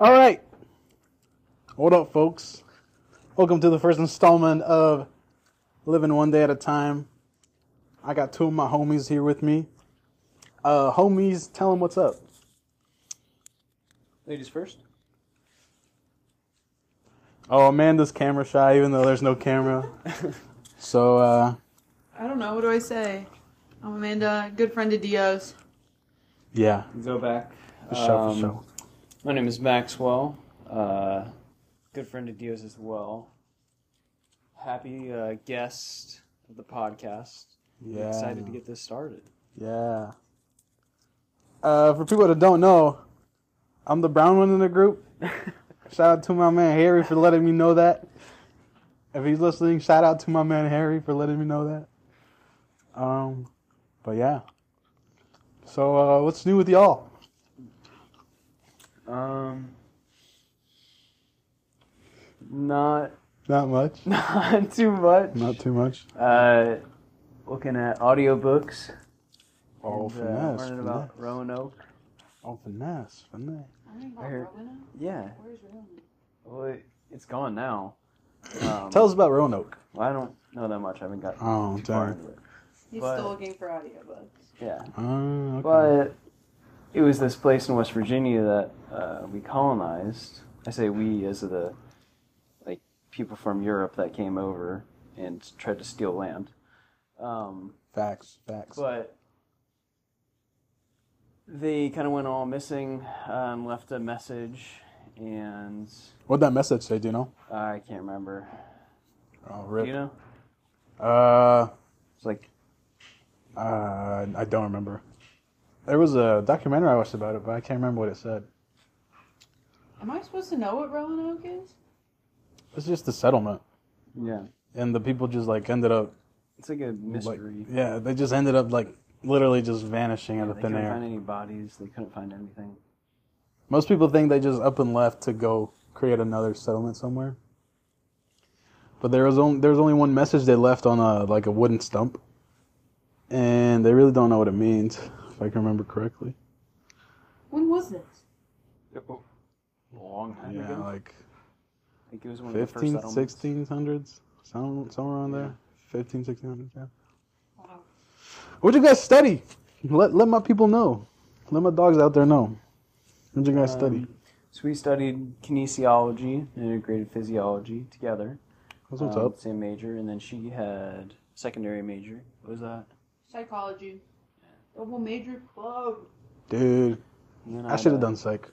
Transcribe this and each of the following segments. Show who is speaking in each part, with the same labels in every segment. Speaker 1: All right. What up, folks? Welcome to the first installment of Living One Day at a Time. I got two of my homies here with me. Uh, homies, tell them what's up.
Speaker 2: Ladies first.
Speaker 1: Oh, Amanda's camera shy, even though there's no camera. so, uh,
Speaker 3: I don't know. What do I say? I'm Amanda, good friend of Dio's.
Speaker 1: yeah,
Speaker 2: Go back.
Speaker 1: for sure, for
Speaker 2: Um,
Speaker 1: sure.
Speaker 2: My name is Maxwell. Uh, good friend of Dio's as well. Happy uh, guest of the podcast.
Speaker 1: Yeah,
Speaker 2: Excited to get this started.
Speaker 1: yeah. Uh, for people that don't know, I'm the brown one in the group. shout out to my man Harry for letting me know that. If he's listening, shout out to my man Harry for letting me know that. Um, but yeah. So uh, what's new with y'all?
Speaker 2: Um, not
Speaker 1: Not much.
Speaker 2: not too much.
Speaker 1: Not too much.
Speaker 2: Uh, looking at audiobooks.
Speaker 1: Oh,
Speaker 2: and, uh,
Speaker 1: finesse,
Speaker 2: learning
Speaker 1: finesse.
Speaker 2: about Roanoke.
Speaker 1: Oh, finesse, finesse.
Speaker 2: I heard- Yeah.
Speaker 3: Where's Rowena?
Speaker 2: Well, it, it's gone now. Um,
Speaker 1: Tell us about Roanoke.
Speaker 2: Well, I don't know that much. I haven't got
Speaker 1: Oh,
Speaker 2: too far
Speaker 1: darn.
Speaker 2: into it.
Speaker 3: He's
Speaker 2: But-
Speaker 3: still looking for audiobooks.
Speaker 2: Yeah.
Speaker 1: Oh, okay.
Speaker 2: But it was this place in West Virginia that uh, we colonized. I say we as the like people from Europe that came over and tried to steal land. Um,
Speaker 1: Facts, facts.
Speaker 2: but they kind of went all missing, um, left a message, and
Speaker 1: What'd that message say? Do you know?
Speaker 2: I can't remember.
Speaker 1: Oh,
Speaker 2: Do
Speaker 1: rip.
Speaker 2: you know?
Speaker 1: Uh,
Speaker 2: It's like
Speaker 1: uh, I don't remember. There was a documentary I watched about it, but I can't remember what it said.
Speaker 3: Am I supposed to know what Roanoke is?
Speaker 1: It's just the settlement,
Speaker 2: yeah,
Speaker 1: and the people just like ended up
Speaker 2: it's like a
Speaker 1: like
Speaker 2: mystery.
Speaker 1: yeah, they just ended up like literally just vanishing out
Speaker 2: Yeah,
Speaker 1: of
Speaker 2: they
Speaker 1: thin
Speaker 2: couldn't
Speaker 1: air.
Speaker 2: find any bodies. They couldn't find anything.
Speaker 1: Most people think they just up and left to go create another settlement somewhere. But there was only there was only one message they left on a like a wooden stump, and they really don't know what it means, if I can remember correctly.
Speaker 3: When was this?
Speaker 2: Long time
Speaker 1: Yeah,
Speaker 2: ago.
Speaker 1: like
Speaker 2: I think it was one of the first
Speaker 1: 15,
Speaker 2: settlements.
Speaker 1: 1600s, some, somewhere around there. 15, 1600s, yeah.
Speaker 3: Wow.
Speaker 1: What'd you guys study? Let let my people know. Let my dogs out there know. What'd you guys study?
Speaker 2: Um, So we studied kinesiology and integrated physiology together.
Speaker 1: That's what's
Speaker 2: Um,
Speaker 1: up.
Speaker 2: Same major, and then she had secondary major. What was that?
Speaker 3: Psychology. Double Oh, major club.
Speaker 1: Dude,
Speaker 2: And then
Speaker 1: I should have
Speaker 2: had, uh,
Speaker 1: done psych.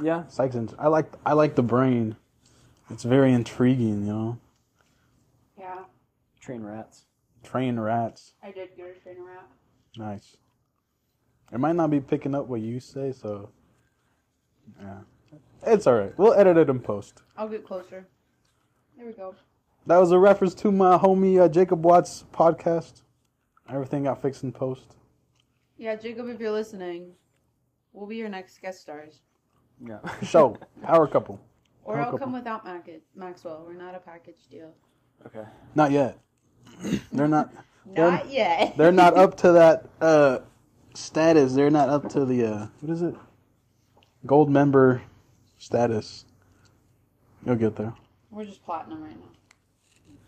Speaker 2: Yeah,
Speaker 1: Psych's int- I like I like the brain. It's very intriguing, you know.
Speaker 3: Yeah,
Speaker 2: train rats.
Speaker 1: Train rats.
Speaker 3: I did get a train around.
Speaker 1: Nice. It might not be picking up what you say, so yeah. It's alright. We'll edit it in post.
Speaker 3: I'll get closer. There we go.
Speaker 1: That was a reference to my homie uh, Jacob Watts podcast. Everything got fixed in post.
Speaker 3: Yeah, Jacob, if you're listening, we'll be your next guest stars.
Speaker 2: Yeah.
Speaker 1: So, power couple.
Speaker 3: Or
Speaker 1: I'll
Speaker 3: I'll
Speaker 1: couple.
Speaker 3: come without Mac- Maxwell. We're not a package deal.
Speaker 2: okay.
Speaker 1: Not yet. They're not. They're-
Speaker 3: Not yet.
Speaker 1: They're not up to that uh, status. They're not up to the uh, what is it? Gold member status. You'll get there.
Speaker 3: We're just platinum right now.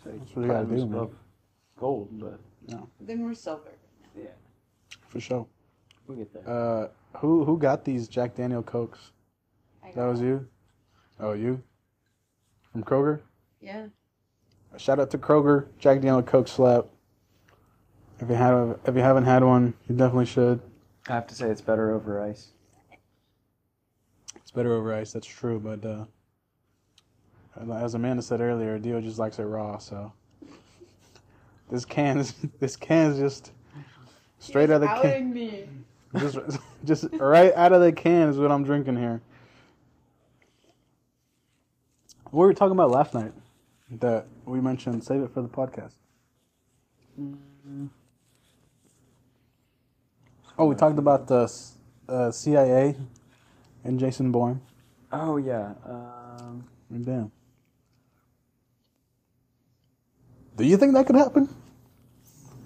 Speaker 2: So That's
Speaker 1: what you gotta do, man.
Speaker 2: Gold, but
Speaker 3: Then we're silver.
Speaker 2: yeah,
Speaker 1: For sure.
Speaker 2: we'll get there.
Speaker 1: Uh, who who got these Jack Daniel Cokes?
Speaker 3: I
Speaker 1: That
Speaker 3: got
Speaker 1: was
Speaker 3: it.
Speaker 1: you. Oh, you. From Kroger.
Speaker 3: Yeah.
Speaker 1: Shout out to Kroger Jack Daniel Coke slap. If you have if you haven't had one, you definitely should.
Speaker 2: I have to say it's better over ice.
Speaker 1: It's better over ice. That's true, but uh, as Amanda said earlier, Dio just likes it raw. So this can is this can is just straight out of the can,
Speaker 3: outing me.
Speaker 1: just just right out of the can is what I'm drinking here. What were we talking about last night? That we mentioned. Save it for the podcast. Oh, we talked about the uh, CIA and Jason Bourne.
Speaker 2: Oh yeah. Um,
Speaker 1: Damn. Do you think that could happen?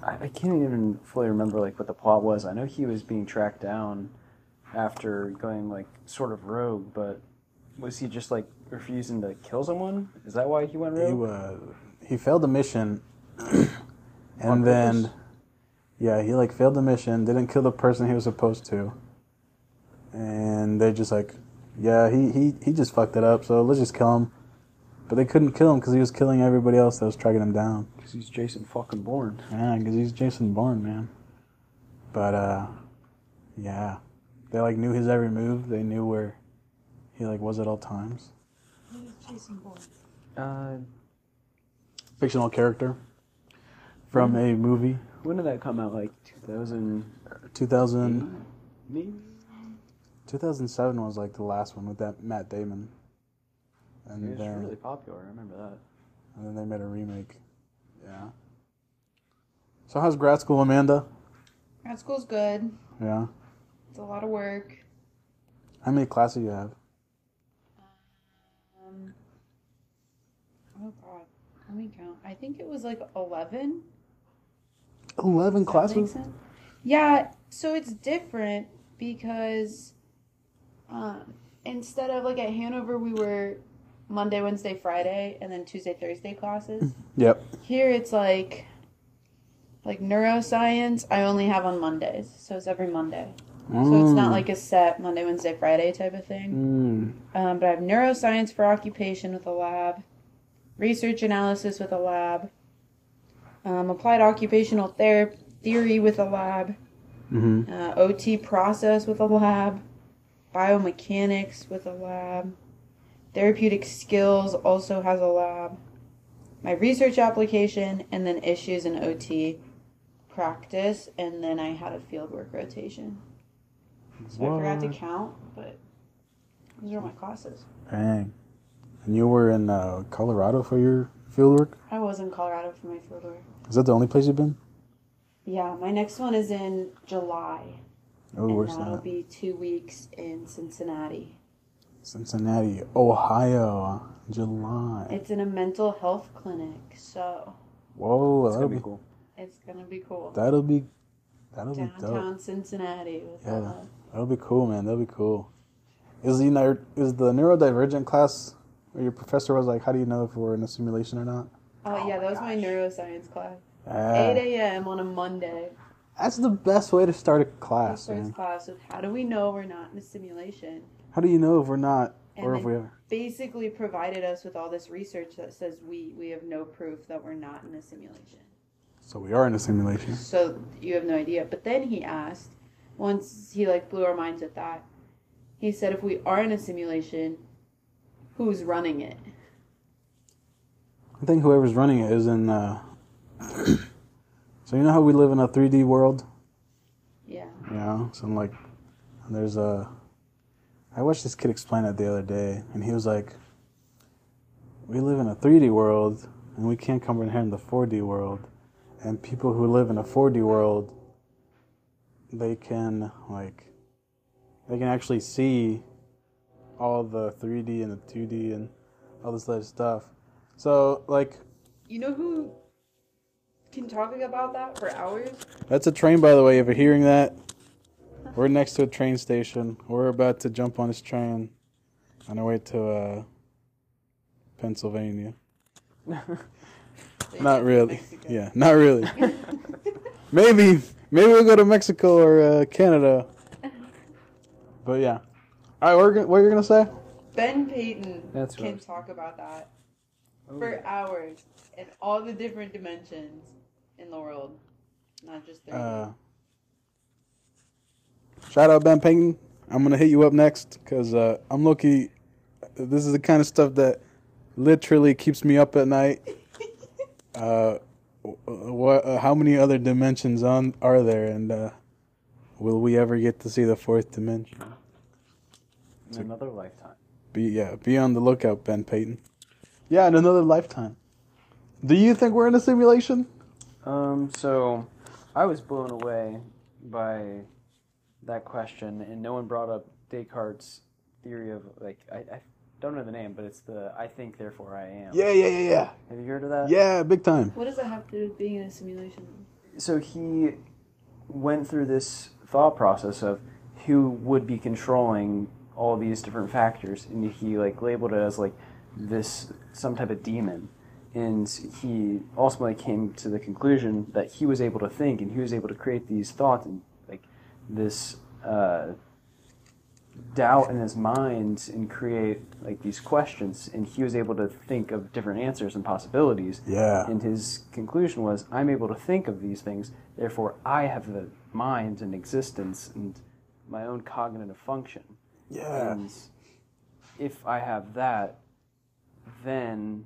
Speaker 2: I, I can't even fully remember like what the plot was. I know he was being tracked down after going like sort of rogue, but was he just like refusing to kill someone? Is that why he went rogue?
Speaker 1: He was. He failed the mission,
Speaker 2: On
Speaker 1: and then,
Speaker 2: purpose?
Speaker 1: yeah, he like failed the mission. Didn't kill the person he was supposed to, and they just like, yeah, he he he just fucked it up. So let's just kill him. But they couldn't kill him because he was killing everybody else that was tracking him down.
Speaker 2: Because he's Jason fucking Bourne.
Speaker 1: Yeah, because he's Jason Bourne, man. But uh, yeah, they like knew his every move. They knew where he like was at all times.
Speaker 4: Jason Bourne.
Speaker 2: Uh,
Speaker 1: Fictional character from a
Speaker 2: Mm-hmm.
Speaker 1: movie,
Speaker 2: when did that come out? Like 2000,
Speaker 1: 2000.
Speaker 2: maybe?
Speaker 1: 2007 was like the last one with that Matt Damon.
Speaker 2: It
Speaker 1: And
Speaker 2: was
Speaker 1: then,
Speaker 2: really popular. I remember that.
Speaker 1: and then they made a remake. Yeah. So how's grad school, Amanda?
Speaker 4: Grad school's good.
Speaker 1: Yeah.
Speaker 4: It's a lot of work.
Speaker 1: How many classes you have?
Speaker 4: Um, oh God, let me count. I think it was like eleven.
Speaker 1: 11
Speaker 4: Does that
Speaker 1: classes?
Speaker 4: make sense? Yeah, so it's different because um, instead of like at Hanover, we were Monday, Wednesday, Friday, and then Tuesday, Thursday classes.
Speaker 1: Yep.
Speaker 4: Here it's like like neuroscience. I only have on Mondays, so it's every Monday. So it's not like a set Monday, Wednesday, Friday type of thing.
Speaker 2: Hmm.
Speaker 1: Mm.
Speaker 4: Um, but I have neuroscience for occupation with a lab, research analysis with a lab, um, applied occupational therapy theory with a lab,
Speaker 1: Mm-hmm.
Speaker 4: uh, OT process with a lab, biomechanics with a lab, therapeutic skills also has a lab, my research application, and then issues in OT practice, and then I had a fieldwork rotation. So I forgot to count, but those are my classes.
Speaker 1: Dang. And you were in uh, Colorado for your field work?
Speaker 4: I was in Colorado for my fieldwork.
Speaker 1: Is that the only place you've been?
Speaker 4: Yeah, my next one is in July,
Speaker 1: Oh,
Speaker 4: and
Speaker 1: where's
Speaker 4: that'll
Speaker 1: that?
Speaker 4: be two weeks in Cincinnati.
Speaker 1: Cincinnati, Ohio, July.
Speaker 4: It's in a mental health clinic, so
Speaker 1: Whoa,
Speaker 2: It's
Speaker 1: that'll
Speaker 2: gonna be
Speaker 1: be,
Speaker 2: cool.
Speaker 4: it's gonna be cool.
Speaker 1: that'll be that'll be dope.
Speaker 4: Downtown Cincinnati. With
Speaker 1: Yeah.
Speaker 4: all
Speaker 1: That'll be cool, man. That'll be cool. Is the neuro- is the neurodivergent class where your professor was like, "How do you know if we're in a simulation or not?"
Speaker 4: the- Oh, yeah, that was my neuroscience class.
Speaker 1: Ah,
Speaker 4: 8 a.m. on a Monday.
Speaker 1: that's the best way to start a
Speaker 4: He
Speaker 1: class,
Speaker 4: starts
Speaker 1: man.
Speaker 4: class with how do we know we're not in a simulation?
Speaker 1: How do you know if we're not
Speaker 4: And
Speaker 1: or if
Speaker 4: then-
Speaker 1: we are?
Speaker 4: Basically, provided us with all this research that says we we have no proof that we're not in a simulation.
Speaker 1: So we are in a simulation.
Speaker 4: So you have no idea. But then he asked, once he like blew our minds with that. He said, if we are in a simulation, who's running it?
Speaker 1: I think whoever's running it is in. Uh, so you know how we live in a 3D world,
Speaker 4: Yeah.
Speaker 1: you know? So I'm like, and there's a. I watched this kid explain it the other day, and he was like, "We live in a 3D world, and we can't comprehend the 4D world, and people who live in a 4D world, they can like, they can actually see all the 3D and the 2D and all this other stuff. So like,
Speaker 4: You know who can talk about that for hours?
Speaker 1: that's a train, by the way. If you're hearing that, we're next to a train station. We're about to jump on this train on our way to uh, Pennsylvania." Not really.
Speaker 4: Mexico.
Speaker 1: Yeah, not really. maybe, maybe we'll go to Mexico or uh, Canada. But yeah. All right, what were you- what are you gonna say?
Speaker 4: Ben Payton
Speaker 2: That's what I
Speaker 4: can
Speaker 2: was-
Speaker 4: talk about that
Speaker 2: Oh,
Speaker 4: for hours in all the different dimensions in the world, not just 3D.
Speaker 1: Uh, shout out Ben Payton. I'm gonna hit you up next because uh, I'm lucky. This is the kind of stuff that literally keeps me up at night. Uh, wh- what? Uh, how many other dimensions on are there, and uh, will we ever get to see the fourth dimension?
Speaker 2: in another lifetime.
Speaker 1: Be yeah, be on the lookout, Ben Payton. Yeah, in another lifetime. Do you think we're in a simulation?
Speaker 2: Um, so I was blown away by that question, and no one brought up Descartes' theory of like I, I Don't know the name, but it's the I think therefore I am.
Speaker 1: Yeah, yeah, yeah, yeah.
Speaker 2: Have you heard of that?
Speaker 1: Yeah, big time.
Speaker 3: What does that have to do with being in a simulation?
Speaker 2: so he went through this thought process of who would be controlling all these different factors and he like labeled it as like this some type of demon and he ultimately came to the conclusion that he was able to think and he was able to create these thoughts and like this uh, doubt in his mind and create like these questions and he was able to think of different answers and possibilities
Speaker 1: Yeah.
Speaker 2: and his conclusion was, I'm able to think of these things, therefore I have the mind and existence and my own cognitive function.
Speaker 1: Yeah.
Speaker 2: And if I have that, then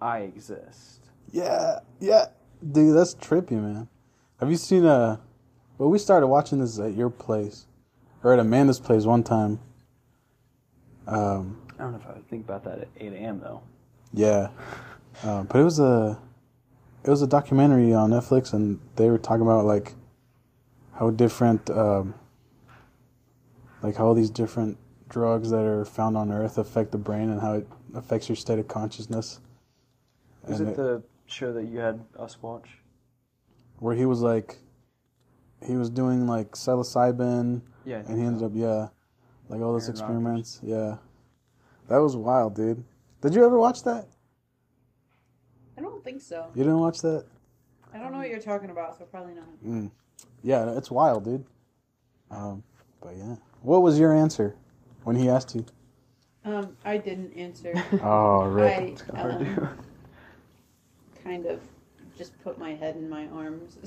Speaker 2: I exist.
Speaker 1: Yeah. Yeah. Dude, that's trippy, man. Have you seen uh well we started watching this at your place. Or at Amanda's place one time. Um
Speaker 2: I don't know if I would think about that at 8 a.m. though.
Speaker 1: yeah. Um, but it was a it was a documentary on Netflix and they were talking about like how different um like how all these different drugs that are found on earth affect the brain and how it affects your state of consciousness.
Speaker 2: Was
Speaker 1: And
Speaker 2: it the show that you had us watch?
Speaker 1: where he was like he was doing like psilocybin
Speaker 2: Yeah. I
Speaker 1: and he
Speaker 2: think
Speaker 1: ended
Speaker 2: so.
Speaker 1: up yeah like all those
Speaker 2: Aaron Rodgers.
Speaker 1: experiments yeah that was wild dude did you ever watch that
Speaker 3: I don't think so.
Speaker 1: you didn't watch that
Speaker 3: I don't know what you're talking about, so probably not.
Speaker 1: yeah it's wild dude um but yeah what was your answer when he asked you
Speaker 3: Um, I didn't answer.
Speaker 1: oh
Speaker 3: I
Speaker 2: Hard
Speaker 3: um,
Speaker 2: to-
Speaker 3: kind of just put my head in my arms.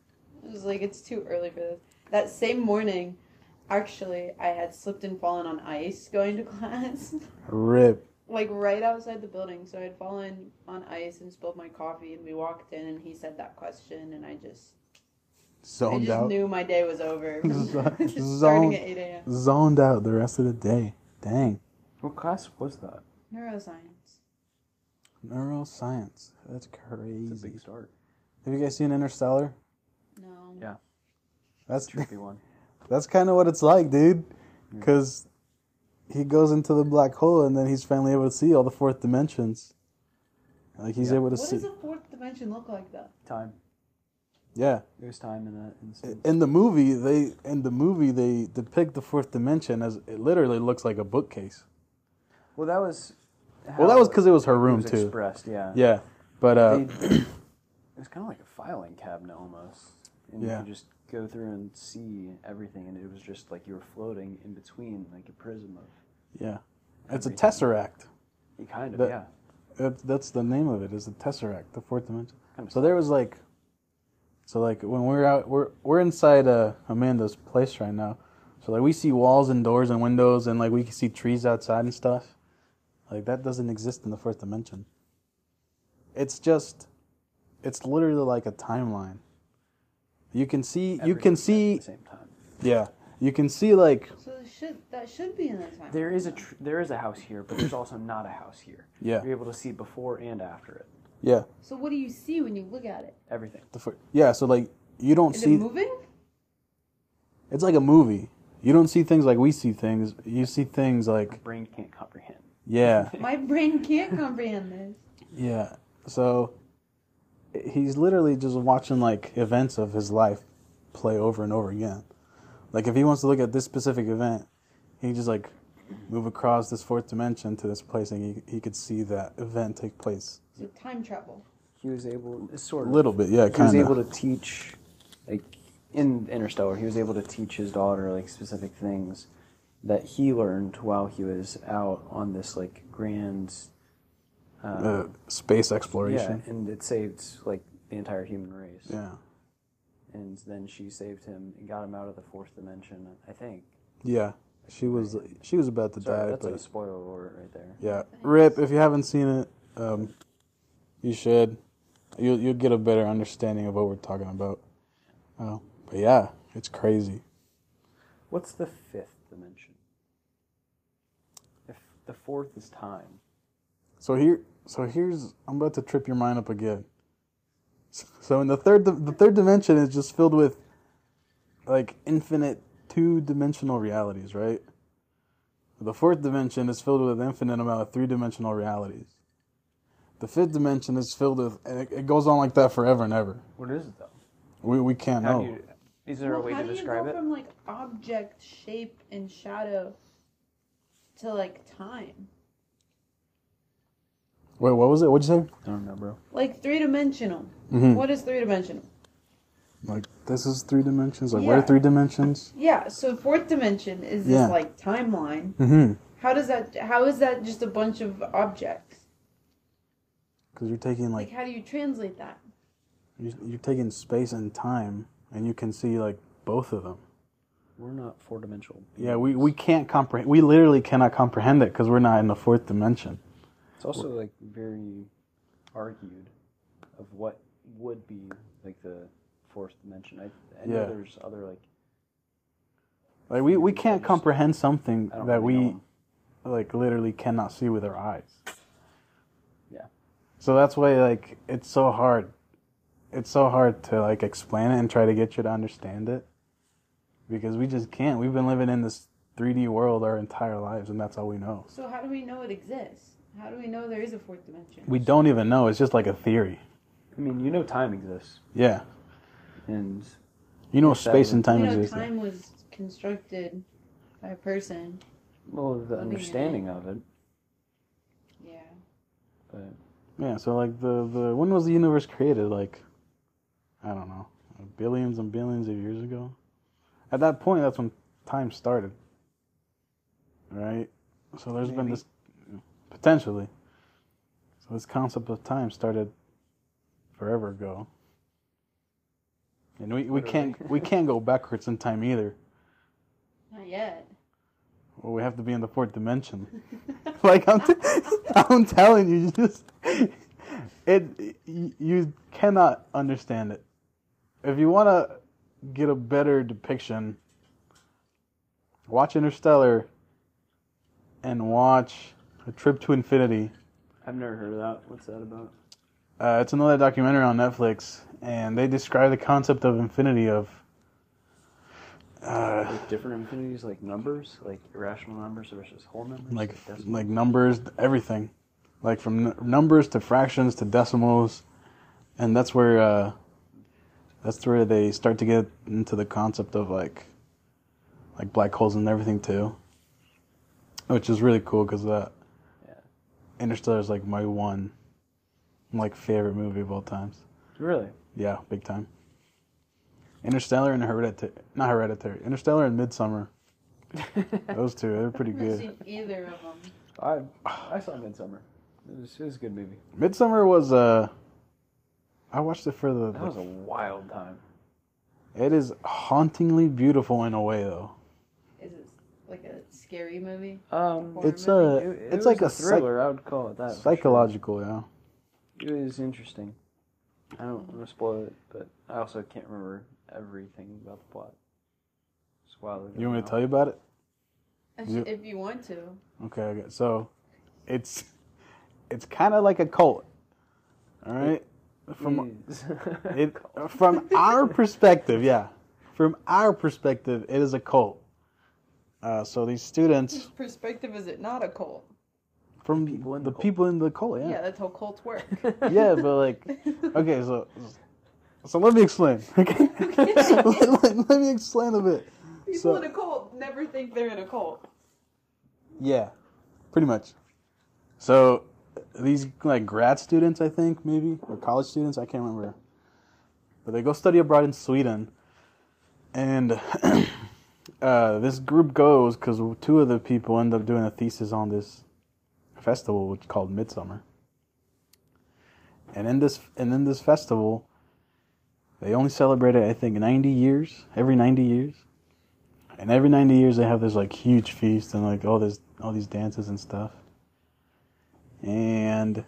Speaker 3: I was like, it's too early for this. That same morning, actually, I had slipped and fallen on ice going to class,
Speaker 1: rip
Speaker 3: like right outside the building. So I had fallen on ice and spilled my coffee, and we walked in, and he said that question, and I just, I
Speaker 1: zoned
Speaker 3: just
Speaker 1: out
Speaker 3: knew my day was over.
Speaker 1: Zo-
Speaker 3: just starting
Speaker 1: zoned.
Speaker 3: at 8 a.m.
Speaker 1: zoned out the rest of the day dang
Speaker 2: what class was that?
Speaker 3: Neuroscience.
Speaker 1: neuroscience that's
Speaker 2: It's a
Speaker 1: crazy
Speaker 2: big start.
Speaker 1: have you guys seen interstellar
Speaker 3: No.
Speaker 2: Yeah.
Speaker 1: that's
Speaker 2: Trippy one.
Speaker 1: That's kind of what it's like, dude. Because he goes into the black hole and then he's finally able to see all the fourth dimensions. Like he's
Speaker 2: Yeah.
Speaker 1: able to
Speaker 3: What
Speaker 1: see.
Speaker 3: does the fourth dimension look like, though?
Speaker 2: Time.
Speaker 1: yeah.
Speaker 2: It was time in that instance.
Speaker 1: In the movie, they in the movie they depict the fourth dimension as it literally looks like a bookcase.
Speaker 2: Well, that was.
Speaker 1: Well, that
Speaker 2: how
Speaker 1: was because it was her
Speaker 2: it
Speaker 1: room
Speaker 2: was
Speaker 1: too.
Speaker 2: Expressed, yeah.
Speaker 1: Yeah, but uh,
Speaker 2: They- it was kind of like a filing cabinet almost, and
Speaker 1: Yeah.
Speaker 2: you could just go through and see everything, and it was just like you were floating in between, like a prism of.
Speaker 1: yeah, it's a
Speaker 2: Everything.
Speaker 1: tesseract.
Speaker 2: You kind of,
Speaker 1: The-
Speaker 2: yeah.
Speaker 1: That, that's the name of it. Is the tesseract, the fourth dimension.
Speaker 2: Kinda
Speaker 1: So there was like, so like when we're out, we're we're inside uh, Amanda's place right now. So like we see walls and doors and windows and like we can see trees outside and stuff. Like that doesn't exist in the fourth dimension. It's just, it's literally like a timeline. You can see, you
Speaker 2: everything
Speaker 1: can
Speaker 2: at
Speaker 1: see,
Speaker 2: the same time.
Speaker 1: yeah, you can see like,
Speaker 3: So it should that should be in the time.
Speaker 2: There is a tr- there is a house here, but there's also not a house here.
Speaker 1: Yeah.
Speaker 2: You're able to see before and after it,
Speaker 1: yeah,
Speaker 3: So what do you see when you look at it?
Speaker 2: everything.
Speaker 1: the four, yeah. So like you don't
Speaker 3: Is
Speaker 1: see.
Speaker 3: it moving?
Speaker 1: It's like a movie. You don't see things like we see things. You see things
Speaker 2: My
Speaker 1: like
Speaker 2: brain can't comprehend.
Speaker 1: yeah,
Speaker 3: My brain can't comprehend this.
Speaker 1: yeah. So he's literally just watching like events of his life play over and over again. Like if he wants to look at this specific event, he just like move across this fourth dimension to this place, and he he could see that event take place.
Speaker 3: So time travel.
Speaker 2: He was able,
Speaker 1: A
Speaker 2: sort of.
Speaker 1: little bit, yeah,
Speaker 2: he was
Speaker 1: kind
Speaker 2: able
Speaker 1: of.
Speaker 2: to teach like in interstellar he was able to teach his daughter like specific things that he learned while he was out on this like grand
Speaker 1: Uh, space
Speaker 2: yeah
Speaker 1: exploration.
Speaker 2: and it saved like the entire human race
Speaker 1: Yeah.
Speaker 2: and then she saved him and got him out of the fourth dimension i think
Speaker 1: Yeah. She was she was about to
Speaker 2: Sorry,
Speaker 1: die.
Speaker 2: that's
Speaker 1: but
Speaker 2: a spoiler alert right there
Speaker 1: Yeah, Rip. If you haven't seen it, um, you should. You'll you'll get a better understanding of what we're talking about. Uh, but yeah, it's crazy.
Speaker 2: what's the fifth dimension if the fourth is time
Speaker 1: So here, so here's I'm about to trip your mind up again. S- So in the third, the third dimension is just filled with like infinite two-dimensional realities, right? The fourth dimension is filled with an infinite amount of three dimensional realities. The fifth dimension is filled with, and it, it goes on like that forever and ever.
Speaker 2: What is it though?
Speaker 1: We, we can't
Speaker 2: How
Speaker 1: know.
Speaker 2: do you? Is there
Speaker 3: Well,
Speaker 2: a way
Speaker 3: how
Speaker 2: to
Speaker 3: do you
Speaker 2: describe
Speaker 3: go
Speaker 2: it?
Speaker 3: from like object shape and shadow to like time?
Speaker 1: Wait, what was it? What'd you
Speaker 2: I don't know, bro.
Speaker 3: Like three dimensional.
Speaker 1: say? hmm
Speaker 3: What is three dimensional?
Speaker 1: Like, this is three dimensions. Like, we're
Speaker 3: Yeah.
Speaker 1: three dimensions.
Speaker 3: Yeah, so fourth dimension is this
Speaker 1: Yeah.
Speaker 3: like timeline.
Speaker 1: Mm-hmm.
Speaker 3: How does that how is that just a bunch of objects?
Speaker 1: Because you're taking,
Speaker 3: Like
Speaker 1: like,
Speaker 3: how do you translate that?
Speaker 1: you- you're taking space and time, and you can see, like, both of them.
Speaker 2: We're not four dimensional.
Speaker 1: Yeah, we, we can't comprehend. We literally cannot comprehend it because we're not in the fourth dimension.
Speaker 2: It's also like very argued of what would be like the fourth dimension. I, I
Speaker 1: Yeah.
Speaker 2: know there's other like
Speaker 1: Like, we, we can't comprehend something
Speaker 2: I don't
Speaker 1: that
Speaker 2: really know
Speaker 1: we,
Speaker 2: 'em.
Speaker 1: like, literally cannot see with our eyes.
Speaker 2: Yeah.
Speaker 1: So that's why, like, it's so hard. It's so hard to, like, explain it and try to get you to understand it. Because we just can't. We've been living in this 3D world our entire lives, and that's all we know.
Speaker 3: So how do we know it exists? How do we know there is a fourth dimension?
Speaker 1: We don't even know. It's just like a theory.
Speaker 2: I mean, you know, time exists,
Speaker 1: Yeah.
Speaker 2: and
Speaker 1: You know,
Speaker 2: Exactly.
Speaker 1: space and time
Speaker 3: we know
Speaker 1: exist.
Speaker 3: time was constructed by a person.
Speaker 2: well, the
Speaker 3: at
Speaker 2: understanding of it.
Speaker 3: Yeah.
Speaker 2: But
Speaker 1: Yeah. So, like, the, the when was the universe created? Like, I don't know, billions and billions of years ago. At that point, that's when time started. Right. So there's been
Speaker 2: Maybe.
Speaker 1: this potentially. So this concept of time started forever ago. And we, we can't we can't go backwards in time either.
Speaker 3: Not yet.
Speaker 1: Well, we have to be in the fourth dimension. like I'm, t- I'm telling you, you just it y- you cannot understand it. If you want to get a better depiction, watch Interstellar and watch A Trip to Infinity.
Speaker 2: I've never heard of that. What's that about?
Speaker 1: Uh, it's another documentary on Netflix, and they describe the concept of infinity of. Uh,
Speaker 2: Like different infinities, like numbers, like irrational numbers versus whole numbers,
Speaker 1: like f-
Speaker 2: decimals.
Speaker 1: like numbers, everything, like from n- numbers to fractions to decimals, and that's where uh, that's where they start to get into the concept of like like black holes and everything too, which is really cool because that
Speaker 2: Yeah.
Speaker 1: Interstellar is like my one like favorite movie of all times.
Speaker 2: really.
Speaker 1: Yeah, big time. Interstellar and Hereditary, not Hereditary, Interstellar and Midsummer. Those two, they're pretty
Speaker 3: I haven't
Speaker 1: good.
Speaker 3: seen either of them.
Speaker 2: I I saw Midsummer. It was, it was a good movie.
Speaker 1: Midsummer was Uh, I watched it for the.
Speaker 2: That was a wild time.
Speaker 1: it is hauntingly beautiful in a way, though.
Speaker 3: Is it like a scary movie?
Speaker 2: Um,
Speaker 3: Horror
Speaker 1: It's
Speaker 3: movie?
Speaker 1: a.
Speaker 2: it- it
Speaker 1: it's
Speaker 2: was
Speaker 1: like a psych-
Speaker 2: thriller. I would call it that. for sure.
Speaker 1: psychological, yeah.
Speaker 2: It was interesting. I don't want to spoil it, but I also can't remember everything about the plot. It's wild.
Speaker 1: You want me to tell you about it?
Speaker 3: If-
Speaker 1: You-
Speaker 3: If you want to.
Speaker 1: Okay, okay. So, it's, it's kind of like a cult. All right. From
Speaker 2: Mm.
Speaker 1: it, from our perspective, yeah. From our perspective, it is a cult. Uh, so these students,
Speaker 3: Perspective is it not a cult?
Speaker 1: from
Speaker 2: people in
Speaker 1: the
Speaker 2: the cult.
Speaker 1: people in the cult,
Speaker 3: Yeah, that's how cults work.
Speaker 1: yeah, but like, okay, so so let me explain. Okay, let, let- let me explain a bit.
Speaker 3: People
Speaker 1: So-
Speaker 3: in a cult never think they're in a cult.
Speaker 1: Yeah, pretty much. So these like grad students, I think maybe or college students, I can't remember, but they go study abroad in Sweden, and uh, this group goes because two of the people end up doing a thesis on this festival, which is called Midsummer. And in this and in this festival, they only celebrate it I think ninety years every ninety years. And every 90 years they have this like huge feast and like all this all these dances and stuff. And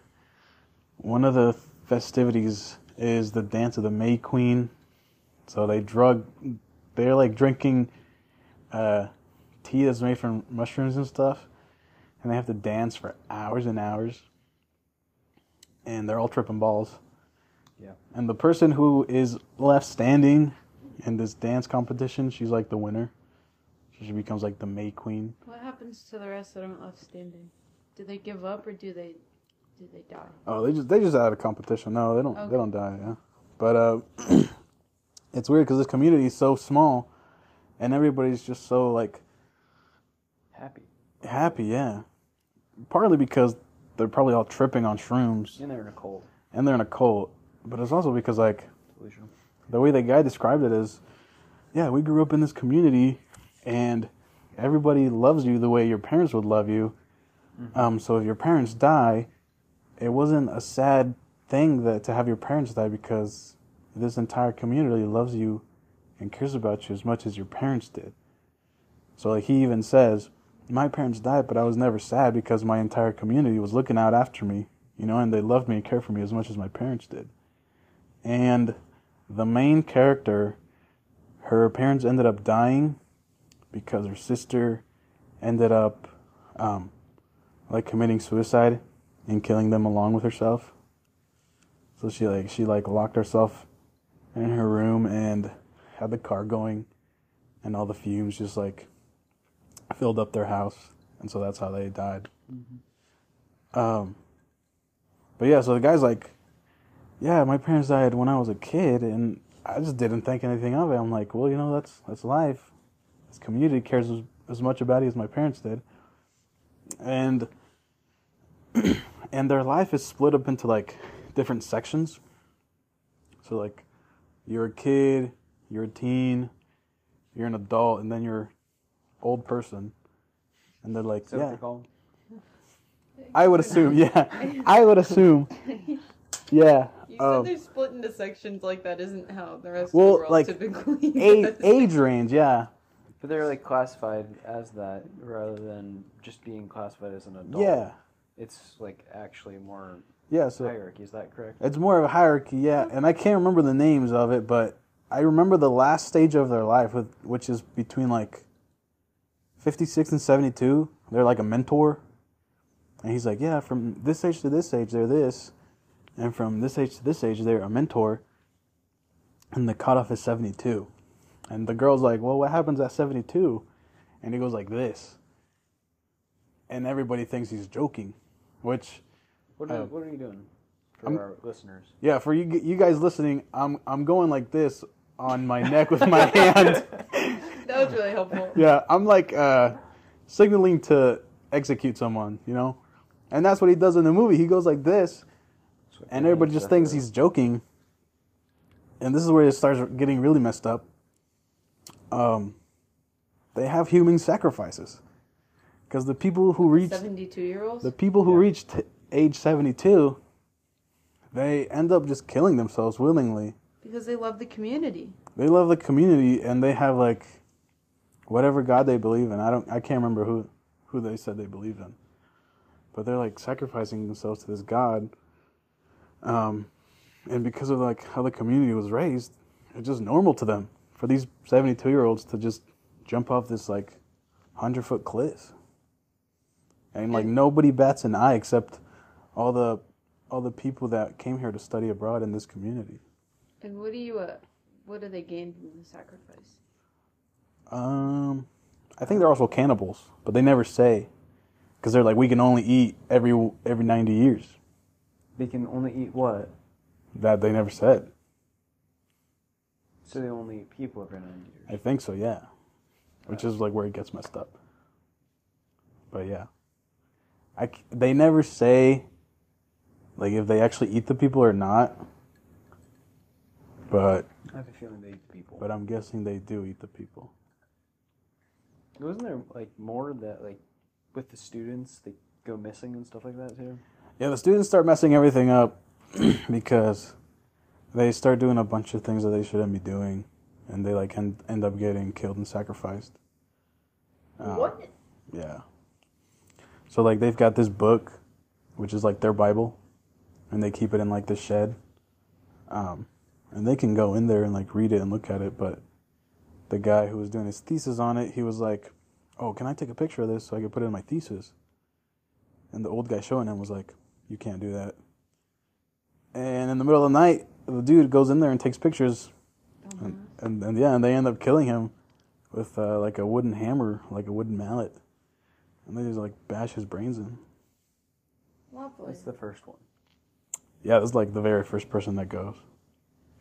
Speaker 1: one of the festivities is the dance of the May Queen. So they drug they're like drinking uh, tea that's made from mushrooms and stuff. And they have to dance for hours and hours. And they're all tripping balls.
Speaker 2: Yeah.
Speaker 1: And the person who is left standing in this dance competition, she's like the winner. She becomes like the May Queen.
Speaker 4: What happens to the rest that aren't left standing? Do they give up or do they do they die?
Speaker 1: Oh, they just they just out of competition. No, they don't
Speaker 4: Okay.
Speaker 1: they don't die. Yeah, but uh, it's weird because this community is so small, and everybody's just so like
Speaker 2: Happy.
Speaker 1: happy. Yeah, partly because they're probably all tripping on shrooms
Speaker 2: And they're in a cold
Speaker 1: and they're in a cult, but it's also because like
Speaker 2: delusion.
Speaker 1: the way the guy described it is, yeah, we grew up in this community, and everybody loves you the way your parents would love you. Um, so if your parents die, it wasn't a sad thing that to have your parents die because this entire community loves you and cares about you as much as your parents did. So like he even says, my parents died, but I was never sad because my entire community was looking out after me, you know, and they loved me and cared for me as much as my parents did. And the main character, her parents ended up dying because her sister ended up um, like committing suicide and killing them along with herself. So she like she like locked herself in her room and had the car going, and all the fumes just like filled up their house, and so that's how they died. Um, but yeah, so the guy's like, yeah, my parents died when I was a kid, and I just didn't think anything of it. I'm like, well, you know, that's that's life. This community cares as, as much about you as my parents did, and and their life is split up into like different sections. So like, you're a kid, you're a teen, you're an adult, and then you're old person, and they're like,
Speaker 2: Is that what
Speaker 1: yeah.
Speaker 2: they call 'em?
Speaker 1: I would assume, yeah. I would assume, yeah.
Speaker 3: You
Speaker 1: Um,
Speaker 3: said they're split into sections like that isn't how the rest
Speaker 1: Well,
Speaker 3: of the world
Speaker 1: like,
Speaker 3: typically
Speaker 1: age,
Speaker 3: does.
Speaker 1: age range, yeah.
Speaker 2: But they're like classified as that rather than just being classified as an adult.
Speaker 1: Yeah.
Speaker 2: It's like actually more
Speaker 1: Yeah, so
Speaker 2: hierarchy. Is that correct?
Speaker 1: it's more of a hierarchy, yeah. And I can't remember the names of it, but I remember the last stage of their life, with, which is between like 56 and 72. They're like a mentor. And he's like, yeah, from this age to this age, they're this. And from this age to this age, they're a mentor. And the cutoff is 72. And the girl's like, well, what happens at 72? And he goes like this. And everybody thinks he's joking, which.
Speaker 2: What are,
Speaker 1: Um,
Speaker 2: what are you doing for
Speaker 1: I'm-
Speaker 2: our listeners?
Speaker 1: Yeah, for you g- you guys listening, I'm I'm going like this on my neck with my hand.
Speaker 3: That was really helpful.
Speaker 1: Yeah, I'm like uh, signaling to execute someone, you know, and that's what he does in the movie. He goes like this,
Speaker 2: That's what
Speaker 1: and
Speaker 2: they
Speaker 1: everybody just
Speaker 2: refer
Speaker 1: thinks
Speaker 2: to.
Speaker 1: he's joking. And this is where it starts getting really messed up. Um, they have human sacrifices because the people who reach
Speaker 3: Seventy-two year olds.
Speaker 1: the people who
Speaker 2: Yeah.
Speaker 1: reached age 72, they end up just killing themselves willingly.
Speaker 4: Because they love the community.
Speaker 1: they love the community and they have like whatever god they believe in i don't i can't remember who who they said they believed in but they're like sacrificing themselves to this god um and because of like how the community was raised it's just normal to them for these 72 year olds to just jump off this like 100 foot cliff and like nobody bats an eye except all the all the people that came here to study abroad in this community
Speaker 4: And what do you uh, what do they gain from the sacrifice?
Speaker 1: Um, I think they're also cannibals, but they never say because they're like we can only eat every every ninety years.
Speaker 2: They can only eat what?
Speaker 1: That they never said.
Speaker 2: So they only eat people every 90 years.
Speaker 1: I think so, yeah. Which is like where it gets messed up. But yeah, I c- they never say like if they actually eat the people or not. But
Speaker 2: I have a feeling they eat the people.
Speaker 1: but I'm guessing they do eat the people.
Speaker 2: Wasn't there like more that like with the students they go missing and stuff like that too?
Speaker 1: Yeah, the students start messing everything up because they start doing a bunch of things that they shouldn't be doing, and they like end, end up getting killed and sacrificed. Uh,
Speaker 3: what?
Speaker 1: Yeah. So like they've got this book, which is like their Bible, and they keep it in like this shed, um, and they can go in there and like read it and look at it. But the guy who was doing his thesis on it, he was like, "Oh, can I take a picture of this so I can put it in my thesis?" And the old guy showing him was like, "You can't do that." And in the middle of the Hmm. night, the dude goes in there and takes pictures, and, and, and yeah, and they end up killing him with uh, like a wooden hammer, like a wooden mallet, and they just like bash his brains in.
Speaker 4: Lovely.
Speaker 2: That's the first one.
Speaker 1: Yeah, this is like the very first person that goes.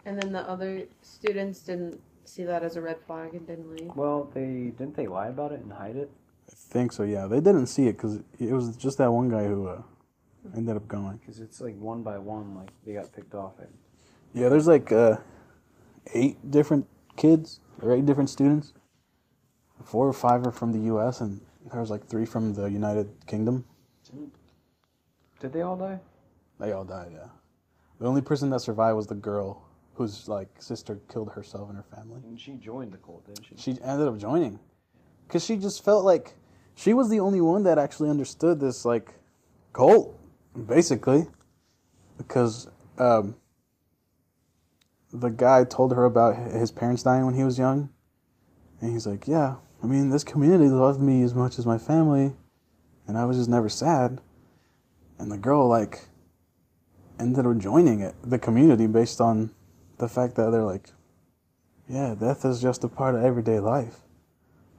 Speaker 4: And then the other students didn't see that as a red flag and didn't leave.
Speaker 2: Well, they didn't they lie about it and hide it?
Speaker 1: I think so. Yeah, they didn't see it because it was just that one guy who uh, ended up going.
Speaker 2: Because it's like one by one, like they got picked off. It.
Speaker 1: Yeah, there's like uh, eight different kids or eight different students. Four or five are from the U.S. and there was like three from the United Kingdom.
Speaker 2: Did they all die?
Speaker 1: They all died. Yeah, the only person that survived was the girl whose like sister killed herself and her family.
Speaker 2: And she joined the cult, didn't she?
Speaker 1: She ended up joining because she just felt like she was the only one that actually understood this like cult, basically, because um, the guy told her about hi- his parents dying when he was young, and he's like, "Yeah, I mean, this community loved me as much as my family, and I was just never sad." And the girl like ended up joining it, the community, based on the fact that they're like, "Yeah, death is just a part of everyday life."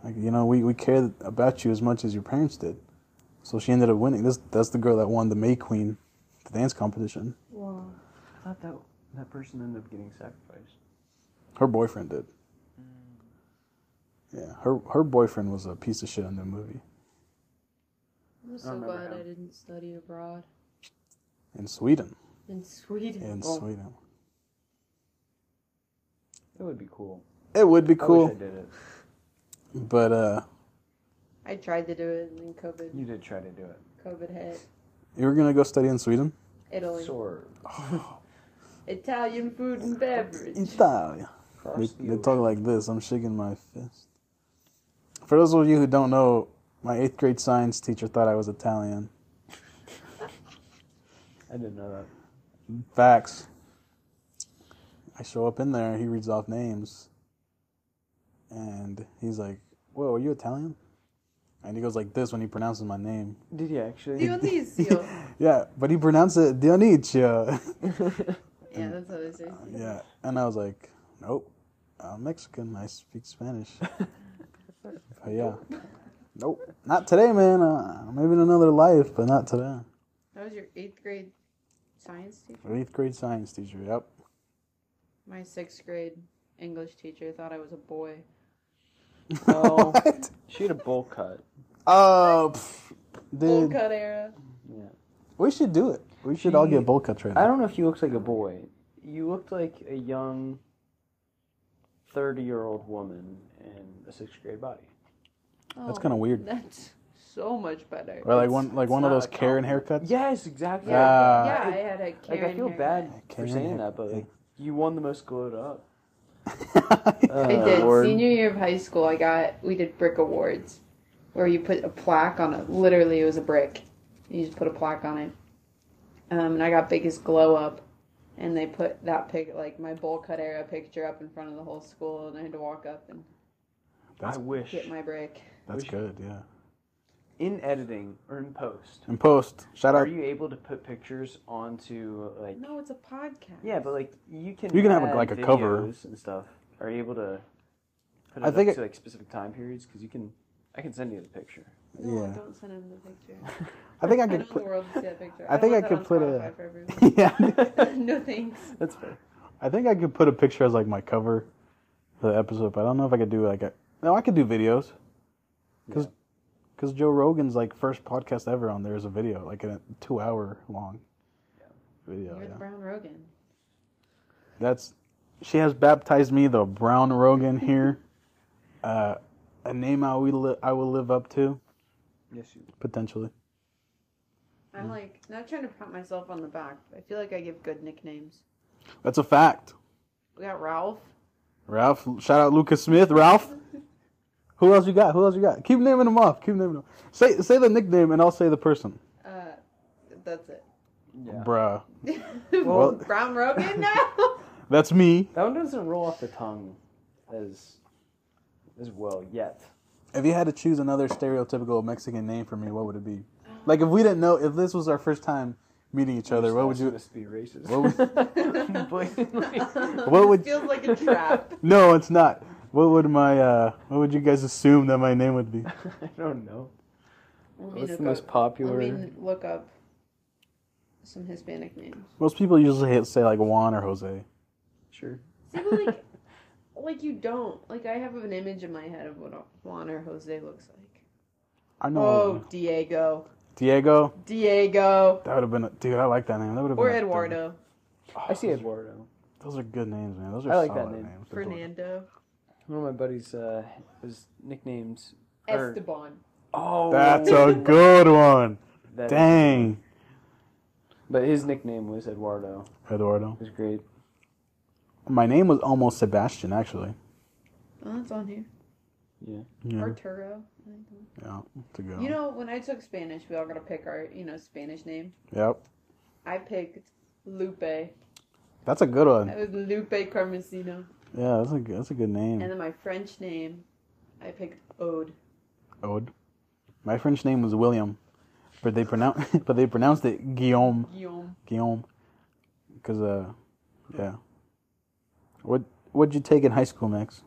Speaker 1: Like, you know, we, we care about you as much as your parents did. So she ended up winning. This that's the girl that won the May Queen, the dance competition.
Speaker 4: Wow.
Speaker 2: I thought that that person ended up getting sacrificed.
Speaker 1: Her boyfriend did. Yeah, her her boyfriend was a piece of shit in the movie.
Speaker 4: I'm
Speaker 2: I
Speaker 4: so
Speaker 2: remember
Speaker 4: glad
Speaker 2: him.
Speaker 4: I didn't study abroad
Speaker 1: In Sweden.
Speaker 4: in Sweden.
Speaker 1: In
Speaker 2: Oh.
Speaker 1: Sweden.
Speaker 2: That would be cool.
Speaker 1: It would be
Speaker 2: I wish
Speaker 1: cool.
Speaker 2: I did it.
Speaker 1: But uh
Speaker 4: I tried to do it and then COVID
Speaker 2: You did try to do it.
Speaker 4: COVID hit.
Speaker 1: you were gonna go study in Sweden?
Speaker 4: Italy.
Speaker 2: Sword
Speaker 4: Italian food and beverage.
Speaker 1: Italia.
Speaker 2: across
Speaker 1: They,
Speaker 2: the
Speaker 1: they
Speaker 2: ocean.
Speaker 1: talk like this. I'm shaking my fist. For those of you who don't know, my eighth grade science teacher thought I was Italian.
Speaker 2: I didn't know that.
Speaker 1: Facts. I show up in there, he reads off names. And he's like, Whoa, are you Italian? And he goes like this when he pronounces my name.
Speaker 2: Did you actually?
Speaker 4: Dionisio.
Speaker 1: Yeah, but he pronounced it Dionisio.
Speaker 4: yeah, that's how they say.
Speaker 1: Uh, yeah. And I was like, Nope. I'm Mexican. I speak Spanish. but yeah. Nope. Not today, man. Uh, maybe in another life, but not today.
Speaker 4: That was your eighth grade science teacher.
Speaker 1: Eighth grade science teacher. Yep.
Speaker 4: My sixth grade English teacher thought I was a boy.
Speaker 2: No.
Speaker 1: What?
Speaker 2: she had a bowl cut.
Speaker 1: Oh, pff,
Speaker 4: Bowl
Speaker 1: dude.
Speaker 4: cut era.
Speaker 2: Yeah.
Speaker 1: We should do it. We should all
Speaker 2: She-
Speaker 1: get bowl cuts right
Speaker 2: I
Speaker 1: now.
Speaker 2: don't know if you looked like a boy. You looked like a young thirty-year-old woman in a sixth-grade body.
Speaker 1: That's
Speaker 4: Oh,
Speaker 1: kind of weird.
Speaker 4: That's so much better.
Speaker 1: Or like one like
Speaker 2: it's
Speaker 1: one of
Speaker 2: not
Speaker 1: those
Speaker 2: a
Speaker 1: Karen haircuts.
Speaker 2: Yes, exactly.
Speaker 1: Yeah. Uh,
Speaker 4: yeah, I had a Karen
Speaker 2: Like I feel
Speaker 4: haircut.
Speaker 2: bad for
Speaker 1: Karen
Speaker 2: saying
Speaker 1: haircut,
Speaker 2: that, but
Speaker 1: yeah.
Speaker 2: like you won the most glowed up.
Speaker 4: I
Speaker 2: Uh,
Speaker 4: did.
Speaker 2: award.
Speaker 4: Senior year of high school, I got we did brick awards, where you put a plaque on it. Literally, it was a brick. You just put a plaque on it. Um, and I got biggest glow up, and they put that pic, like my bowl cut era picture, up in front of the whole school, and I had to walk up and
Speaker 2: I wish
Speaker 4: get my brick.
Speaker 1: That's good, yeah.
Speaker 2: in editing or in post.
Speaker 1: And post. Shout
Speaker 2: Are
Speaker 1: out.
Speaker 2: you able to put pictures onto like?
Speaker 4: No, it's a podcast.
Speaker 2: Yeah, but like you can.
Speaker 1: You can have,
Speaker 2: add
Speaker 1: like, a cover.
Speaker 2: videos and stuff. Are you able to? Put it
Speaker 1: I
Speaker 2: up
Speaker 1: think it-
Speaker 2: to like specific time periods because you can. I can send you the picture.
Speaker 4: No,
Speaker 1: Yeah.
Speaker 4: don't send him the picture.
Speaker 1: I think I
Speaker 4: I
Speaker 1: could
Speaker 4: don't want the
Speaker 1: put.
Speaker 4: world to see that picture.
Speaker 1: I think
Speaker 4: want
Speaker 1: I
Speaker 4: that
Speaker 1: could
Speaker 4: on
Speaker 1: put a-
Speaker 4: Spotify for everyone.
Speaker 1: yeah.
Speaker 4: no thanks.
Speaker 2: That's fair.
Speaker 1: I think I could put a picture as like my cover for the episode, but I don't know if I could do like a. No, I could do videos. Cause,
Speaker 2: Yeah.
Speaker 1: 'cause Joe Rogan's like first podcast ever on there is a video, like a two hour long video.
Speaker 4: You're the
Speaker 1: Yeah.
Speaker 4: Brown Rogan.
Speaker 1: That's she has baptized me the brown Rogan here. uh, a name I will li- I will live up to
Speaker 2: Yes, you.
Speaker 1: potentially.
Speaker 4: I'm like not trying to pat myself on the back, but I feel like I give good nicknames.
Speaker 1: That's a fact.
Speaker 4: We got Ralph.
Speaker 1: Ralph, shout out Lucas Smith. Ralph, who else you got? Who else you got? Keep naming them off. Keep naming them. Say say the nickname, and I'll say the person.
Speaker 4: Uh, that's it.
Speaker 2: Yeah.
Speaker 1: Bruh,
Speaker 4: well, Brown Rogan now.
Speaker 1: that's me.
Speaker 2: That one doesn't roll off the tongue as as well yet.
Speaker 1: If you had to choose another stereotypical Mexican name for me, what would it be? Like if we didn't know, if this was our first time meeting each other, what would you?
Speaker 2: Just be racist.
Speaker 1: What
Speaker 2: Blatantly.
Speaker 1: What would?
Speaker 4: Feels like a trap.
Speaker 1: No, it's not. What would my uh, what would you guys assume that my name would be?
Speaker 2: I don't know.
Speaker 4: Let me
Speaker 2: What's the
Speaker 4: look
Speaker 2: most
Speaker 4: up-
Speaker 2: popular?
Speaker 4: Let me look up some Hispanic names.
Speaker 1: Most people usually hit- say like Juan or Jose.
Speaker 2: Sure.
Speaker 4: See, but like, like you don't. Like I have an image in my head of what Juan or Jose looks like.
Speaker 1: I know
Speaker 4: Oh, Diego,
Speaker 1: Diego.
Speaker 4: Diego,
Speaker 1: That would have been a, dude. I like that name. That would have
Speaker 4: or
Speaker 1: been a-
Speaker 4: Eduardo,
Speaker 1: Oh,
Speaker 2: I see Eduardo.
Speaker 1: Those are good names, man. Those are
Speaker 2: I like that
Speaker 1: solid
Speaker 2: name.
Speaker 1: names.
Speaker 4: Fernando,
Speaker 2: One of my buddies uh, was nicknamed. or-
Speaker 4: Esteban.
Speaker 2: Oh,
Speaker 1: That's a good one.
Speaker 2: that is-
Speaker 1: Dang,
Speaker 2: But his nickname was Eduardo.
Speaker 1: Eduardo.
Speaker 2: It was great.
Speaker 1: My name was almost Sebastian, actually.
Speaker 4: Oh, that's on here.
Speaker 2: Yeah.
Speaker 1: Yeah,
Speaker 4: Arturo.
Speaker 1: yeah, it's a good
Speaker 4: You
Speaker 1: one.
Speaker 4: know, when I took Spanish, we all got to pick our, you know, Spanish name.
Speaker 1: Yep,
Speaker 4: I picked Lupe. That
Speaker 1: that's a good one.
Speaker 4: was Lupe Carmesino.
Speaker 1: Yeah, that's a good, that's a good name.
Speaker 4: And then my French name, I picked Ode.
Speaker 1: Ode. My French name was William, but they pronounce but they pronounced it Guillaume
Speaker 4: Guillaume.
Speaker 1: Guillaume, because uh, yeah. What what'd you take in high school, Max?